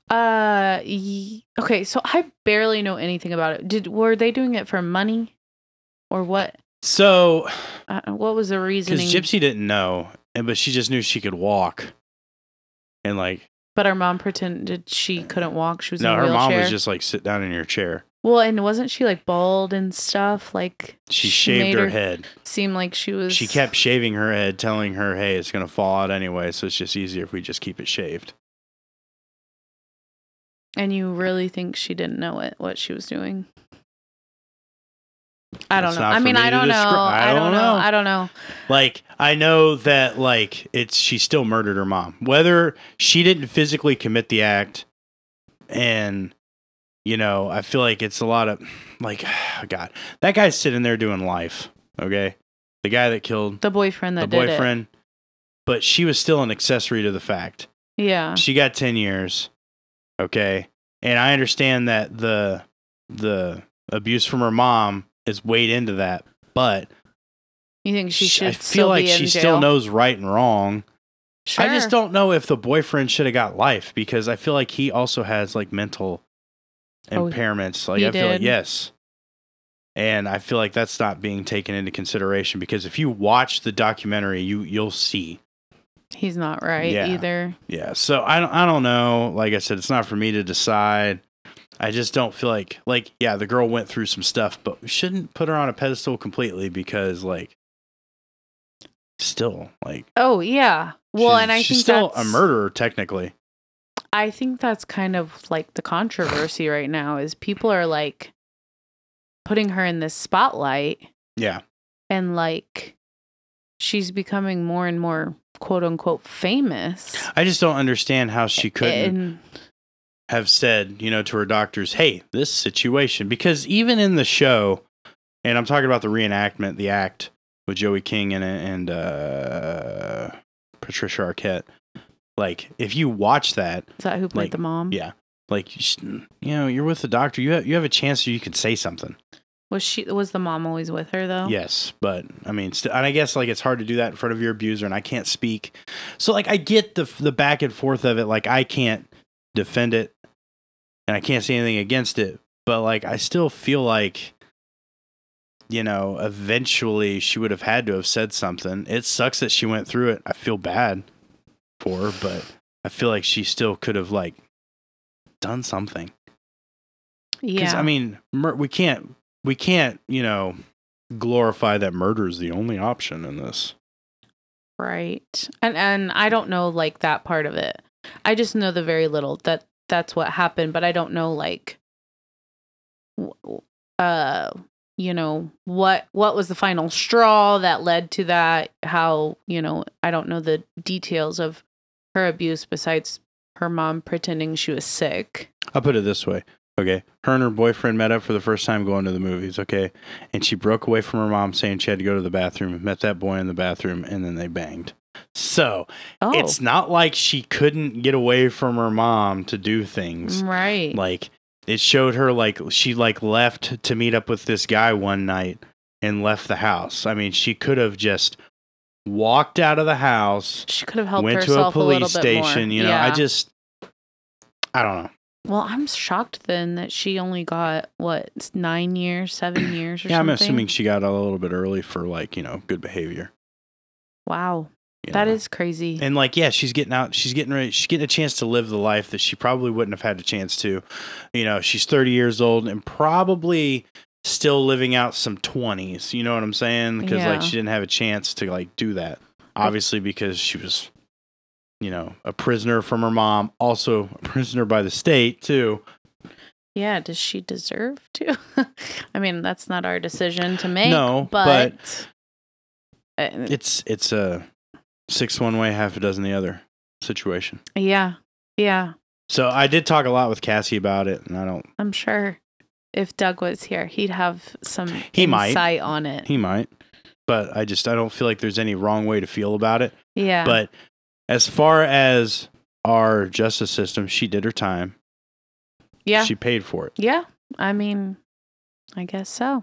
B: Uh, y- okay. So I barely know anything about it. Did were they doing it for money, or what?
A: So,
B: Uh, what was the
A: because
B: reasoning?
A: Gypsy didn't know, and but she just knew she could walk, and like,
B: but her mom pretended she couldn't walk. She was
A: no,
B: in a
A: her mom
B: wheelchair.
A: was just like, sit down in your chair.
B: Well, and wasn't she like bald and stuff? Like
A: She
B: made
A: shaved her head.
B: Seemed like she was.
A: She kept shaving her head, telling her, "Hey, it's gonna fall out anyway, so it's just easier if we just keep it shaved."
B: And you really think she didn't know it? What she was doing? I don't
A: That's
B: know.
A: not
B: I
A: for
B: mean,
A: me
B: I
A: to
B: don't know.
A: descri-
B: I don't know. I don't know.
A: Like I know that like it's she still murdered her mom. Whether she didn't physically commit the act and you know, I feel like it's a lot of like oh god. That guy's sitting there doing life, okay? The guy that killed
B: The boyfriend
A: the
B: that did
A: boyfriend. But she was still an accessory to the fact.
B: it. Yeah.
A: She got 10 years. Okay? And I understand that the the abuse from her mom is weighed into that, but
B: You think she
A: sh-
B: should?
A: I
B: still
A: feel like
B: be in
A: she
B: jail?
A: still knows right and wrong.
B: Sure.
A: I just don't know if the boyfriend should have got life because I feel like he also has like mental
B: Oh,
A: impairments. Like
B: he
A: I feel like
B: did.
A: yes. And I feel like that's not being taken into consideration because if you watch the documentary, you you'll see.
B: He's not right
A: Yeah.
B: either.
A: Yeah. So I don't I don't know. Like I said, it's not for me to decide. I just don't feel like like yeah, the girl went through some stuff, but we shouldn't put her on a pedestal completely because like still like
B: Oh yeah. Well,
A: She's-
B: and I
A: she's
B: think
A: still
B: that's,
A: a murderer technically.
B: I think that's kind of like the controversy right now is people are like putting her in this spotlight
A: Yeah,
B: and like she's becoming more and more quote unquote famous.
A: I just don't understand how she couldn't
B: And
A: have said, you know, to her doctors, "Hey, this situation," because even in the show, and I'm talking about the reenactment, the act with Joey King and and uh, Patricia Arquette, Like if you watch that,
B: Is that who played
A: Like,
B: the mom?
A: yeah, like you, sh- you know, you're with the doctor. You have, you have a chance that you could say something.
B: Was she? Was the mom always with her though?
A: Yes, but I mean, st- and I guess like it's hard to do that in front of your abuser, and I can't speak. So like I get the the back and forth of it. Like I can't defend it, and I can't say anything against it. But like I still feel like, you know, eventually she would have had to have said something. It sucks that she went through it. I feel bad for her, but I feel like she still could have like done something. Because
B: Yeah.
A: I mean, mur- we can't we can't you know glorify that murder is the only option in this.
B: right. And and I don't know like that part of it. I just know the very little that that's what happened, but I don't know like, w- w- uh, you know what what was the final straw that led to that? How you know I don't know the details of her abuse besides her mom pretending she was sick.
A: I'll put it this way. Okay, her and her boyfriend met up for the first time going to the movies. Okay, and she broke away from her mom, saying she had to go to the bathroom. Met that boy in the bathroom, and then they banged. So
B: Oh,
A: it's not like she couldn't get away from her mom to do things.
B: Oh, right.
A: Like it showed her like she like left to meet up with this guy one night and left the house. I mean, she could have just walked out of the house,
B: she could have helped
A: went to a
B: herself
A: police
B: little bit more.
A: station, you know. I
B: Yeah.
A: just I don't know.
B: Well, I'm shocked then that she only got what s- nine years, seven years, or
A: Yeah, I'm
B: something.
A: assuming she got out a little bit early for like, you know, good behavior.
B: Wow,
A: you
B: that
A: know.
B: is crazy.
A: And like, yeah, she's getting out. She's getting ready. She's getting a chance to live the life that she probably wouldn't have had a chance to. You know, she's 30 years old and probably still living out some 20s. You know what I'm saying? Because
B: Yeah.
A: like she didn't have a chance to like do that. Obviously, because she was, you know, a prisoner from her mom, also a prisoner by the state too.
B: yeah, does she deserve to? I mean, that's not our decision to make.
A: No,
B: but, Uh,
A: It's it's a six one way, half a dozen the other situation.
B: yeah, yeah,
A: So I did talk a lot with Cassie about it, and I don't.
B: I'm sure. If Doug was here, he'd have some
A: He might.
B: insight on it.
A: He might, but I just I don't feel like there's any wrong way to feel about it.
B: yeah,
A: But as far as our justice system, she did her time.
B: yeah,
A: She paid for it.
B: Yeah, I mean, I guess so.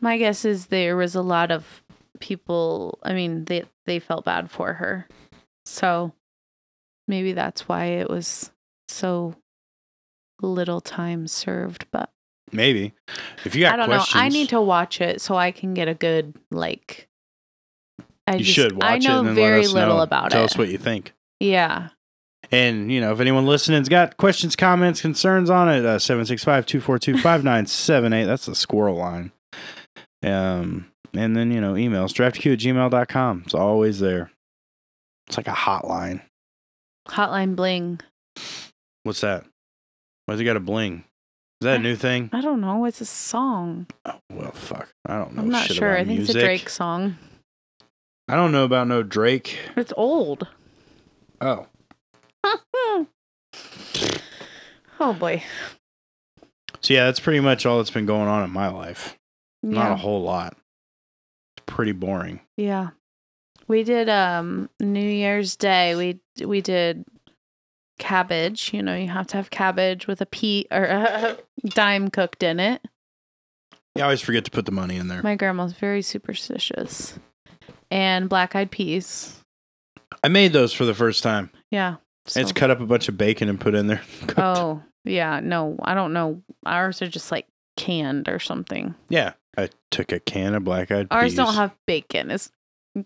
B: My guess is there was a lot of people. I mean, they they felt bad for her, so maybe that's why it was so little time served. But
A: Maybe. If you got
B: I don't
A: questions,
B: know. I need to watch it so I can get a good like. I
A: you
B: just-
A: should watch
B: I know
A: it and then
B: very
A: let us
B: little
A: know.
B: about
A: Tell
B: it.
A: us what you think.
B: yeah,
A: And, you know, if anyone listening's got questions, comments, concerns on it, uh, 765-242-5978. That's the squirrel line. Um, and then, you know, emails, draftq at gmail.com. It's always there. It's like a hotline.
B: Hotline Bling.
A: What's that? Why's it got a bling? Is that a new thing?
B: I don't know. It's a song.
A: Oh, well, fuck. I don't know
B: I'm not
A: Oh, shit
B: sure.
A: about
B: I think
A: music.
B: it's a Drake song.
A: I don't know about no Drake.
B: It's old.
A: Oh.
B: oh boy.
A: So, yeah, that's pretty much all that's been going on in my life. Not
B: yeah.
A: a whole lot. It's pretty boring.
B: yeah. We did um New Year's Day. We we did cabbage. You know, you have to have cabbage with a pea or a dime cooked in it.
A: I always forget to put the money in there.
B: My grandma's very superstitious. And black eyed peas.
A: I made those for the first time.
B: Yeah. so-
A: It's cut up a bunch of bacon and put in there. Cooked.
B: Oh, yeah. No, I don't know. Ours are just like canned or something.
A: Yeah. I took a can of black eyed peas.
B: Ours don't have bacon. It's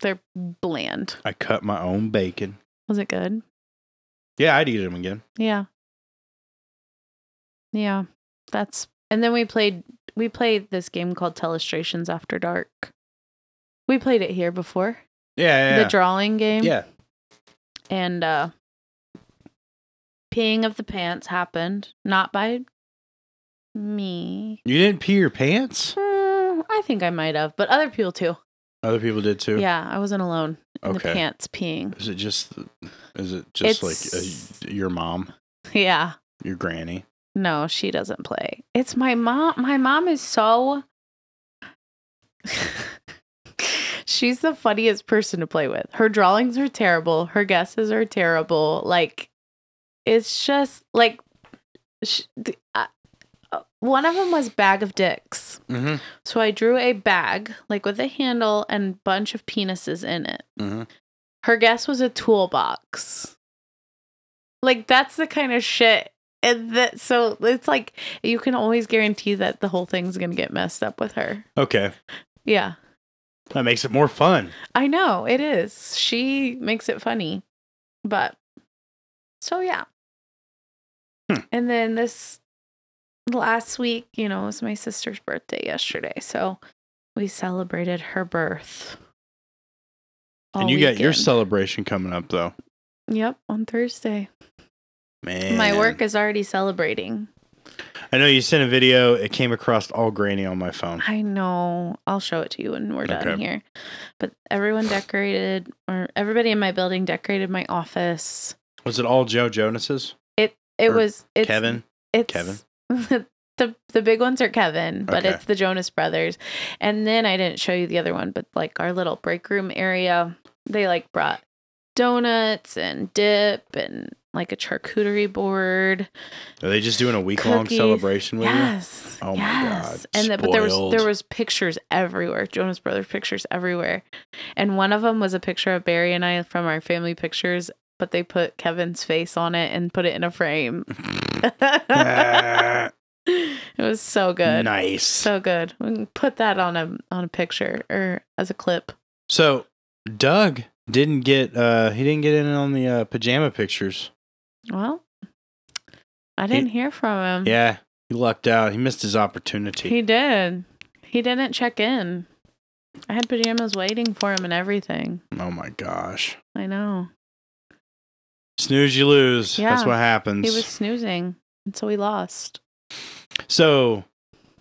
B: they're bland.
A: I cut my own bacon.
B: Was it good?
A: Yeah, I'd eat them again.
B: Yeah. Yeah. That's and then we played we played this game called Telestrations After Dark. We played it here before.
A: Yeah, yeah.
B: The drawing game.
A: yeah.
B: And uh peeing of the pants happened. Not by me.
A: You didn't pee your pants?
B: Hmm, I think I might have, but other people too.
A: Other people did too.
B: Yeah, I wasn't alone in the
A: Okay.
B: pants peeing.
A: Is it just is it just
B: It's-
A: like uh your mom,
B: Yeah.
A: your granny?
B: No, she doesn't play. It's my mom. My mom is so. She's the funniest person to play with. Her drawings are terrible. Her guesses are terrible. Like, it's just like sh the, uh, uh, one of them was bag of dicks.
A: Mm-hmm.
B: So I drew a bag like with a handle and bunch of penises in it.
A: Mm-hmm.
B: Her guess was a toolbox. Like that's the kind of shit. And that so it's like you can always guarantee that the whole thing's gonna get messed up with her.
A: Okay,
B: Yeah.
A: that makes it more fun.
B: I know, it is. She makes it funny. But so yeah.
A: Hmm.
B: And then this last week, you know, was my sister's birthday yesterday. So we celebrated her birth. all
A: and you got your
B: weekend.
A: celebration coming up though,
B: Yep, on Thursday.
A: man.
B: My work is already celebrating.
A: I know you sent a video. It came across all grainy on my phone.
B: I know. I'll show it to you when we're done
A: Okay.
B: here. But everyone decorated, or everybody in my building decorated my office.
A: Was it all Joe Jonas's?
B: It
A: Or
B: was it's,
A: Kevin.
B: It's
A: Kevin?
B: the the big ones are Kevin, but
A: Okay.
B: it's the Jonas Brothers. And then I didn't show you the other one, but like our little break room area, they like brought donuts and dip and like a charcuterie board.
A: Are they just doing a week long
B: Cookies.
A: celebration with you?
B: Yes.
A: Oh my
B: yes.
A: God,
B: And the, but there was
A: spoiled.
B: there was pictures everywhere. Jonas Brothers pictures everywhere, and one of them was a picture of Barry and I from our family pictures. But they put Kevin's face on it and put it in a frame. it was so good.
A: Nice. So,
B: So good. We can put that on a on a picture or as a clip.
A: Doug didn't get uh he didn't get in on the uh, pajama pictures.
B: Well, I didn't hear from him.
A: Yeah, he lucked out. He missed his opportunity.
B: Mm-hmm. He did. He didn't check in. I had pajamas waiting for him and everything.
A: oh my gosh.
B: I know.
A: Snooze you lose. That's
B: Yeah.
A: what happens.
B: He was snoozing, and so we lost.
A: So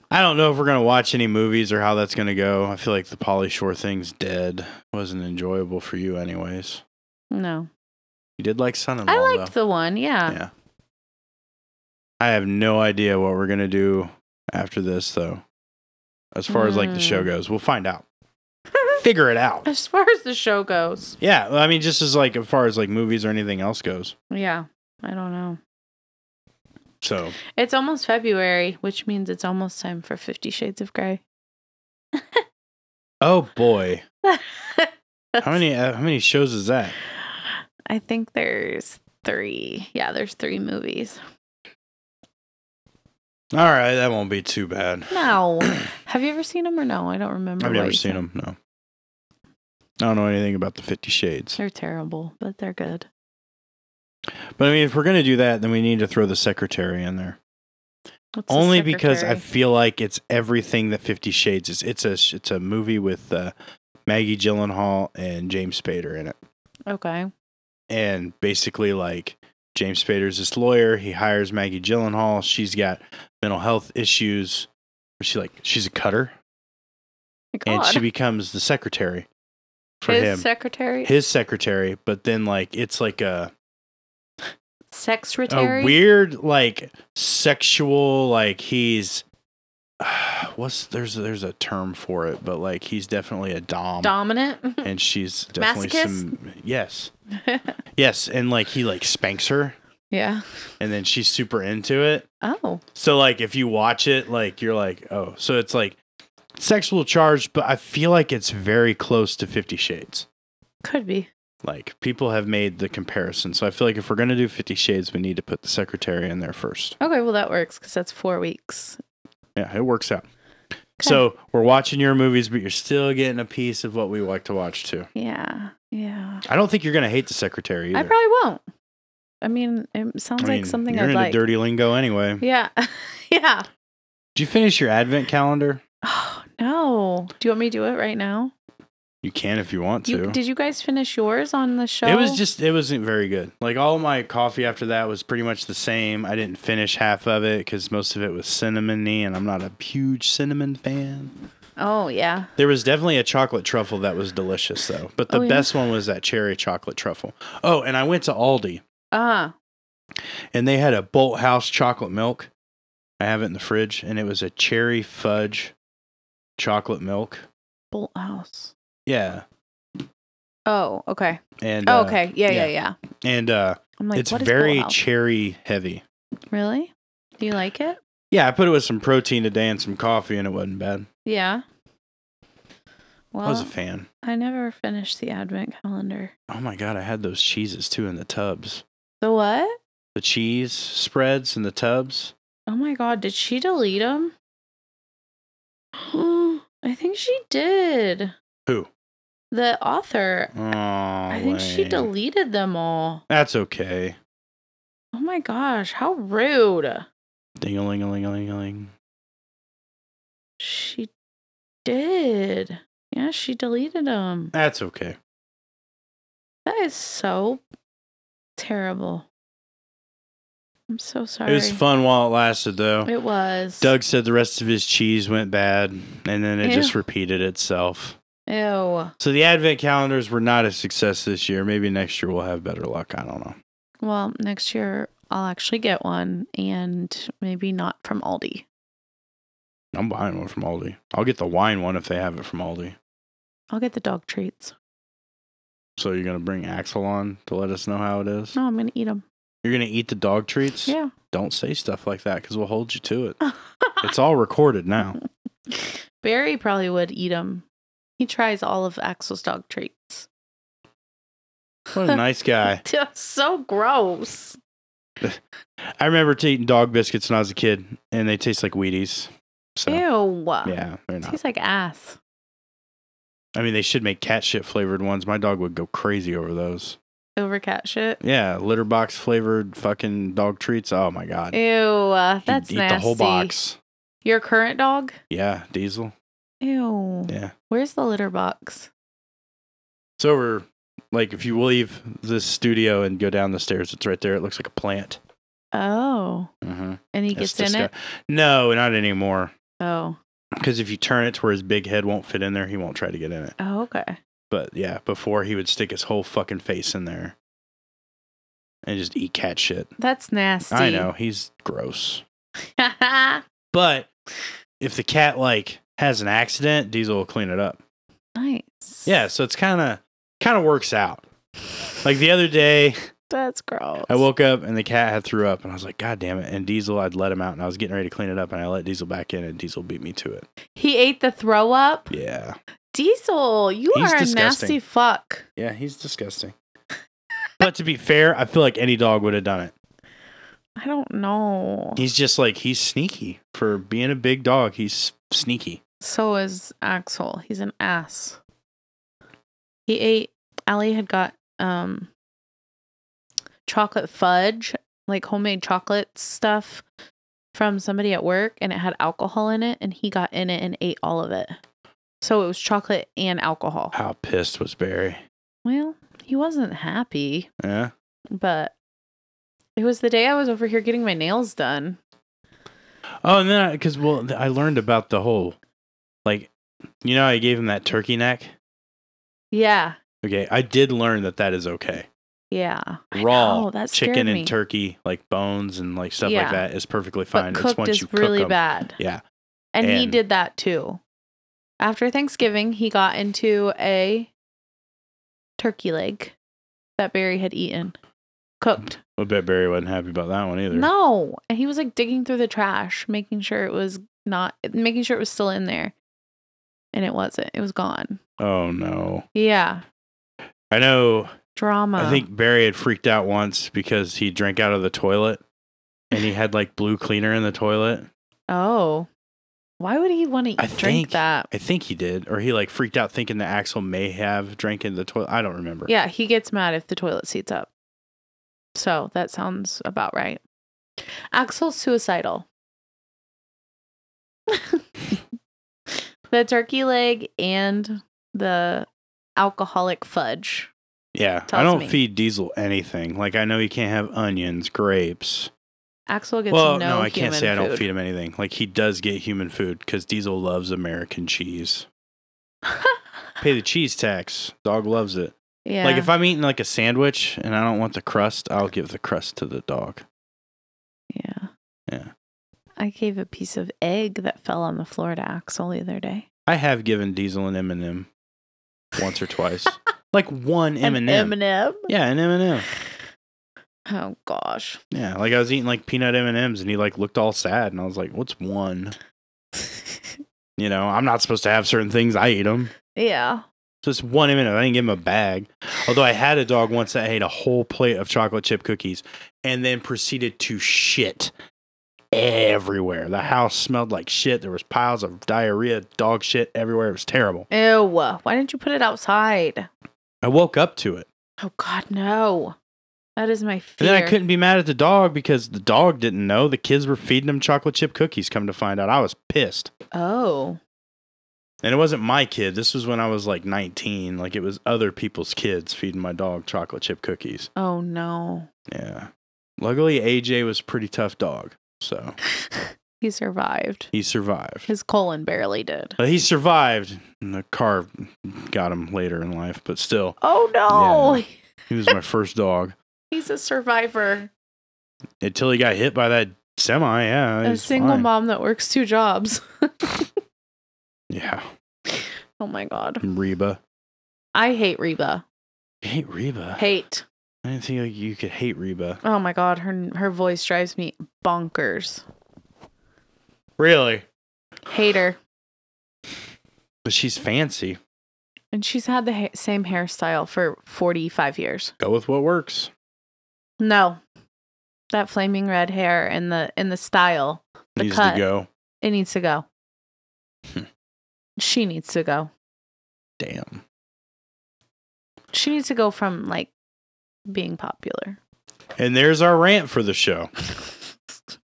A: I don't know if we're gonna watch any movies or how that's gonna go. I feel like the Polly Shore thing's dead. Wasn't enjoyable for you anyways.
B: No.
A: You did like Son in Law.
B: I
A: though.
B: liked the one, yeah.
A: Yeah. I have no idea what we're gonna do after this though. As far as like the show
B: Mm.
A: goes, we'll find out. Figure it out.
B: As far as the show goes.
A: Yeah, well, I mean, just as like as far as like movies or anything else goes.
B: Yeah. I don't know.
A: So
B: It's almost February, which means it's almost time for Fifty Shades of Grey.
A: Oh boy, how many uh, how many shows is that?
B: I think there's three. Yeah, there's three movies.
A: All right, that won't be too bad.
B: No. Have you ever seen them or no? I don't remember.
A: I've
B: what
A: never
B: you
A: seen
B: said.
A: them. No, I don't know anything about the Fifty Shades.
B: They're terrible, but they're good.
A: But I mean, if we're gonna do that, then we need to throw the Secretary in there.
B: What's the
A: Only because I
B: secretary?
A: feel like it's everything that Fifty Shades is. It's a sh- it's a movie with uh, Maggie Gyllenhaal and James Spader in it.
B: Okay.
A: and basically like James Spader's this lawyer. He hires Maggie Gyllenhaal. She's got mental health issues. She like she's a cutter,
B: My God.
A: and she becomes the secretary for
B: His
A: him,
B: secretary?
A: his secretary. But then like it's like a
B: secretary?
A: a weird like sexual like he's what's there's there's a term for it, but like he's definitely a dom,
B: Dominant?
A: and she's definitely
B: Masochist?
A: some yes yes, and like he like spanks her,
B: yeah.
A: and then she's super into it.
B: Oh.
A: So like if you watch it, like you're like, oh, so it's like sexual charge, but I feel like it's very close to Fifty Shades.
B: Could be.
A: Like people have made the comparison. So I feel like if we're gonna do Fifty Shades, we need to put the secretary in there first.
B: Okay, well, that works because that's four weeks.
A: Yeah, it works out. So we're watching your movies, but you're still getting a piece of what we like to watch too.
B: Yeah. Yeah.
A: I don't think you're gonna hate the secretary
B: I
A: either.
B: probably won't. I mean, it sounds
A: I
B: like
A: mean,
B: something
A: you're
B: I'd
A: into
B: like.
A: dirty lingo anyway.
B: Yeah. yeah.
A: Did you finish your advent calendar?
B: Oh, no. Do you want me to do it right now?
A: You can if you want to.
B: You, did you guys finish yours on the show?
A: It was just it wasn't very good. Like all my coffee after that was pretty much the same. I didn't finish half of it because most of it was cinnamony, and I'm not a huge cinnamon fan.
B: Oh, yeah.
A: There was definitely a chocolate truffle that was delicious though, but the
B: Oh, yeah?
A: best one was that cherry chocolate truffle. Oh, and I went to Aldi
B: Ah.
A: and they had a Bolt House chocolate milk. I have it in the fridge, and it was a cherry fudge chocolate milk.
B: Bolt House.
A: Yeah.
B: Oh, okay.
A: And
B: Oh,
A: uh,
B: okay. Yeah, yeah, yeah.
A: yeah. And uh,
B: I'm like,
A: it's
B: what is
A: very
B: pullout?
A: cherry heavy.
B: really? Do you like it?
A: Yeah, I put it with some protein today and some coffee, and it wasn't bad.
B: Yeah. Well,
A: I was a fan.
B: I never finished the advent calendar.
A: Oh my god, I had those cheeses too in the tubs.
B: The what?
A: The cheese spreads in the tubs.
B: Oh my god, did she delete them? I think she did.
A: Who?
B: The author.
A: Oh,
B: I think she deleted them all.
A: That's okay.
B: Oh my gosh, how rude.
A: Ding a ling a ling a ling a ling.
B: She did. Yeah, she deleted them.
A: That's okay.
B: That is so terrible. I'm so sorry.
A: It was fun while it lasted, though.
B: It was.
A: Doug said the rest of his cheese went bad, and then it
B: Ew.
A: just repeated itself.
B: Ew.
A: So the advent calendars were not a success this year. Maybe next year we'll have better luck. I don't know.
B: Well, next year I'll actually get one and maybe not from Aldi.
A: I'm buying one from Aldi. I'll get the wine one if they have it from Aldi.
B: I'll get the dog treats.
A: So you're gonna bring Axel on to let us know how it is.
B: No, I'm going to eat them.
A: You're gonna eat the dog treats.
B: Yeah.
A: Don't say stuff like that because we'll hold you to it. It's all recorded now.
B: Barry probably would eat them. He tries all of Axel's dog treats.
A: What a nice guy.
B: so gross.
A: I remember t- eating dog biscuits when I was a kid, and they taste like Wheaties. So
B: Ew.
A: yeah, they're not.
B: Tastes like ass.
A: I mean, they should make cat shit flavored ones. My dog would go crazy over those.
B: Over cat shit.
A: Yeah, litter box flavored fucking dog treats. Oh my god,
B: Ew. uh,
A: He'd
B: that's
A: eat
B: nasty.
A: the whole box.
B: Your current dog?
A: Yeah, Diesel.
B: Ew.
A: Yeah.
B: Where's the litter box?
A: It's over. Like if you leave this studio and go down the stairs, it's right there. It looks like a plant.
B: Oh.
A: Mm-hmm.
B: And he gets in it?
A: No, not anymore.
B: Oh.
A: Because if you turn it to where his big head won't fit in there, he won't try to get in it.
B: Oh, okay.
A: But yeah, before he would stick his whole fucking face in there and just eat cat shit.
B: That's nasty.
A: I know he's gross, but if the cat like has an accident, Diesel will clean it up.
B: nice.
A: Yeah, so it's kind of kind of works out. Like the other day,
B: That's gross.
A: I woke up and the cat had threw up, and I was like, "God damn it!" And Diesel, I'd let him out, and I was getting ready to clean it up, and I let Diesel back in, and Diesel beat me to it.
B: He ate the throw up.
A: Yeah,
B: Diesel, you
A: He's
B: are a
A: disgusting.
B: nasty fuck.
A: yeah, he's disgusting. but to be fair, I feel like any dog would have done it.
B: I don't know.
A: He's just like he's sneaky for being a big dog. He's sneaky.
B: So is Axel. He's an ass. He ate. Allie had got um chocolate fudge, like homemade chocolate stuff from somebody at work, and it had alcohol in it, and he got in it and ate all of it. So it was chocolate and alcohol.
A: How pissed was Barry?
B: Well, he wasn't happy.
A: Yeah,
B: but it was the day I was over here getting my nails done.
A: Oh, and then because well, th- I learned about the whole, like, you know, I gave him that turkey neck.
B: Yeah,
A: Okay, I did learn that that is okay.
B: yeah.
A: Raw
B: know, that scared
A: chicken
B: me.
A: and turkey, like bones and like stuff
B: Yeah.
A: like that, is perfectly fine.
B: But cooked is really
A: 'em.
B: bad,
A: Yeah,
B: and, he
A: And-
B: did that too. After Thanksgiving, he got into a turkey leg that Barry had eaten, cooked.
A: I bet Barry wasn't happy about that one either.
B: No, and he was like digging through the trash, making sure it was not, making sure it was still in there, and it wasn't. It was gone.
A: Oh no.
B: Yeah,
A: I know.
B: drama.
A: I think Barry had freaked out once because he drank out of the toilet, and he had like blue cleaner in the toilet.
B: Oh, why would he want to
A: I
B: drink
A: think-
B: that?
A: I think he did, or he like freaked out thinking that Axel may have drank in the toilet. I don't remember.
B: Yeah, he gets mad if the toilet seat's up. So that sounds about right. Axel's suicidal. the turkey leg and the alcoholic fudge.
A: Yeah, I
B: tells
A: don't
B: me.
A: feed Diesel anything. Like I know he can't have onions, grapes.
B: Axel gets
A: well,
B: no,
A: no, I can't
B: human
A: say I don't
B: food.
A: feed him anything. Like he does get human food because Diesel loves American cheese. Pay the cheese tax. Dog loves it.
B: yeah.
A: Like if I'm eating like a sandwich and I don't want the crust, I'll give the crust to the dog.
B: yeah.
A: Yeah.
B: I gave a piece of egg that fell on the floor to Axel the other day.
A: I have given Diesel an M and m once or twice. like one M
B: An
A: and M.
B: M&M?
A: Yeah, an M and M.
B: Oh gosh.
A: Yeah, like I was eating like peanut M and M's, and he like looked all sad, and I was like, "What's one?" You know, I'm not supposed to have certain things. I eat them.
B: yeah.
A: Just one M and m I didn't give him a bag. Although I had a dog once that ate a whole plate of chocolate chip cookies, and then proceeded to shit everywhere. The house smelled like shit. There was piles of diarrhea, dog shit everywhere. It was terrible.
B: Ew. Why didn't you put it outside?
A: I woke up to it.
B: Oh god, no. That is my fear.
A: And then I couldn't be mad at the dog because the dog didn't know. The kids were feeding him chocolate chip cookies, come to find out. I was pissed.
B: Oh.
A: And it wasn't my kid. This was when I was like 19. Like it was other people's kids feeding my dog chocolate chip cookies.
B: Oh no.
A: Yeah. Luckily, AJ was a pretty tough dog. So
B: he survived.
A: he survived.
B: His colon barely did.
A: But he survived. And the car got him later in life. But still,
B: Oh no.
A: he was my first dog.
B: He's a survivor.
A: Until he got hit by that semi. Yeah. he
B: A
A: was
B: single
A: fine.
B: mom that works two jobs.
A: Yeah.
B: oh my god.
A: Reba.
B: I hate Reba.
A: I hate Reba.
B: Hate.
A: I didn't think you could hate Reba.
B: Oh my god, her her voice drives me bonkers.
A: Really?
B: Hate her.
A: But she's fancy.
B: And she's had the ha- same hairstyle for 45 years.
A: Go with what works.
B: No. That flaming red hair and the and the style, The
A: Needs
B: cut.
A: to go.
B: it needs to go.
A: Hmm.
B: she needs to go.
A: Damn.
B: She needs to go from like being popular.
A: And there's our rant for the show.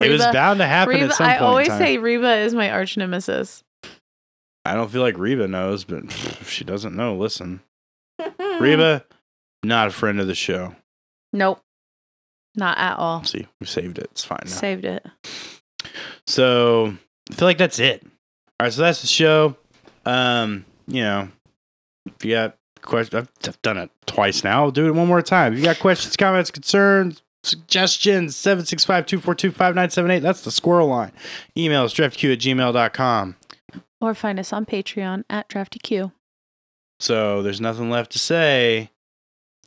A: it was
B: Reba-
A: bound to happen
B: Reba,
A: at some
B: I
A: point. in
B: always
A: time.
B: say Reba is my arch nemesis.
A: I don't feel like Reba knows, but if she doesn't know, listen. Reba, not a friend of the show.
B: Nope. Not at all.
A: See, we saved it. It's fine now.
B: Saved it.
A: So I feel like that's it. All right, so that's the show. Um, you know, if you got questions, I've, I've done it twice now. I'll do it one more time. If you got questions, comments, concerns, suggestions, 765 242 5978. That's the squirrel line. Email us draftq at gmail.com.
B: Or find us on Patreon at DraftyQ.
A: So there's nothing left to say,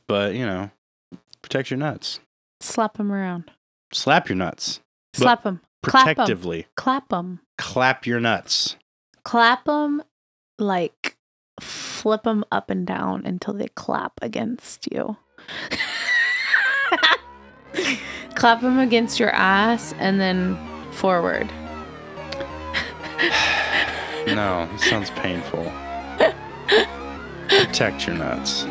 A: but, you know, protect your nuts.
B: Slap them around.
A: Slap your nuts. But-
B: Slap them. Clap 'em.
A: Protectively.
B: Clap them.
A: Clap your nuts.
B: clap them like flip them up and down until they clap against you clap them against your ass and then forward
A: No, it sounds painful. Protect your nuts.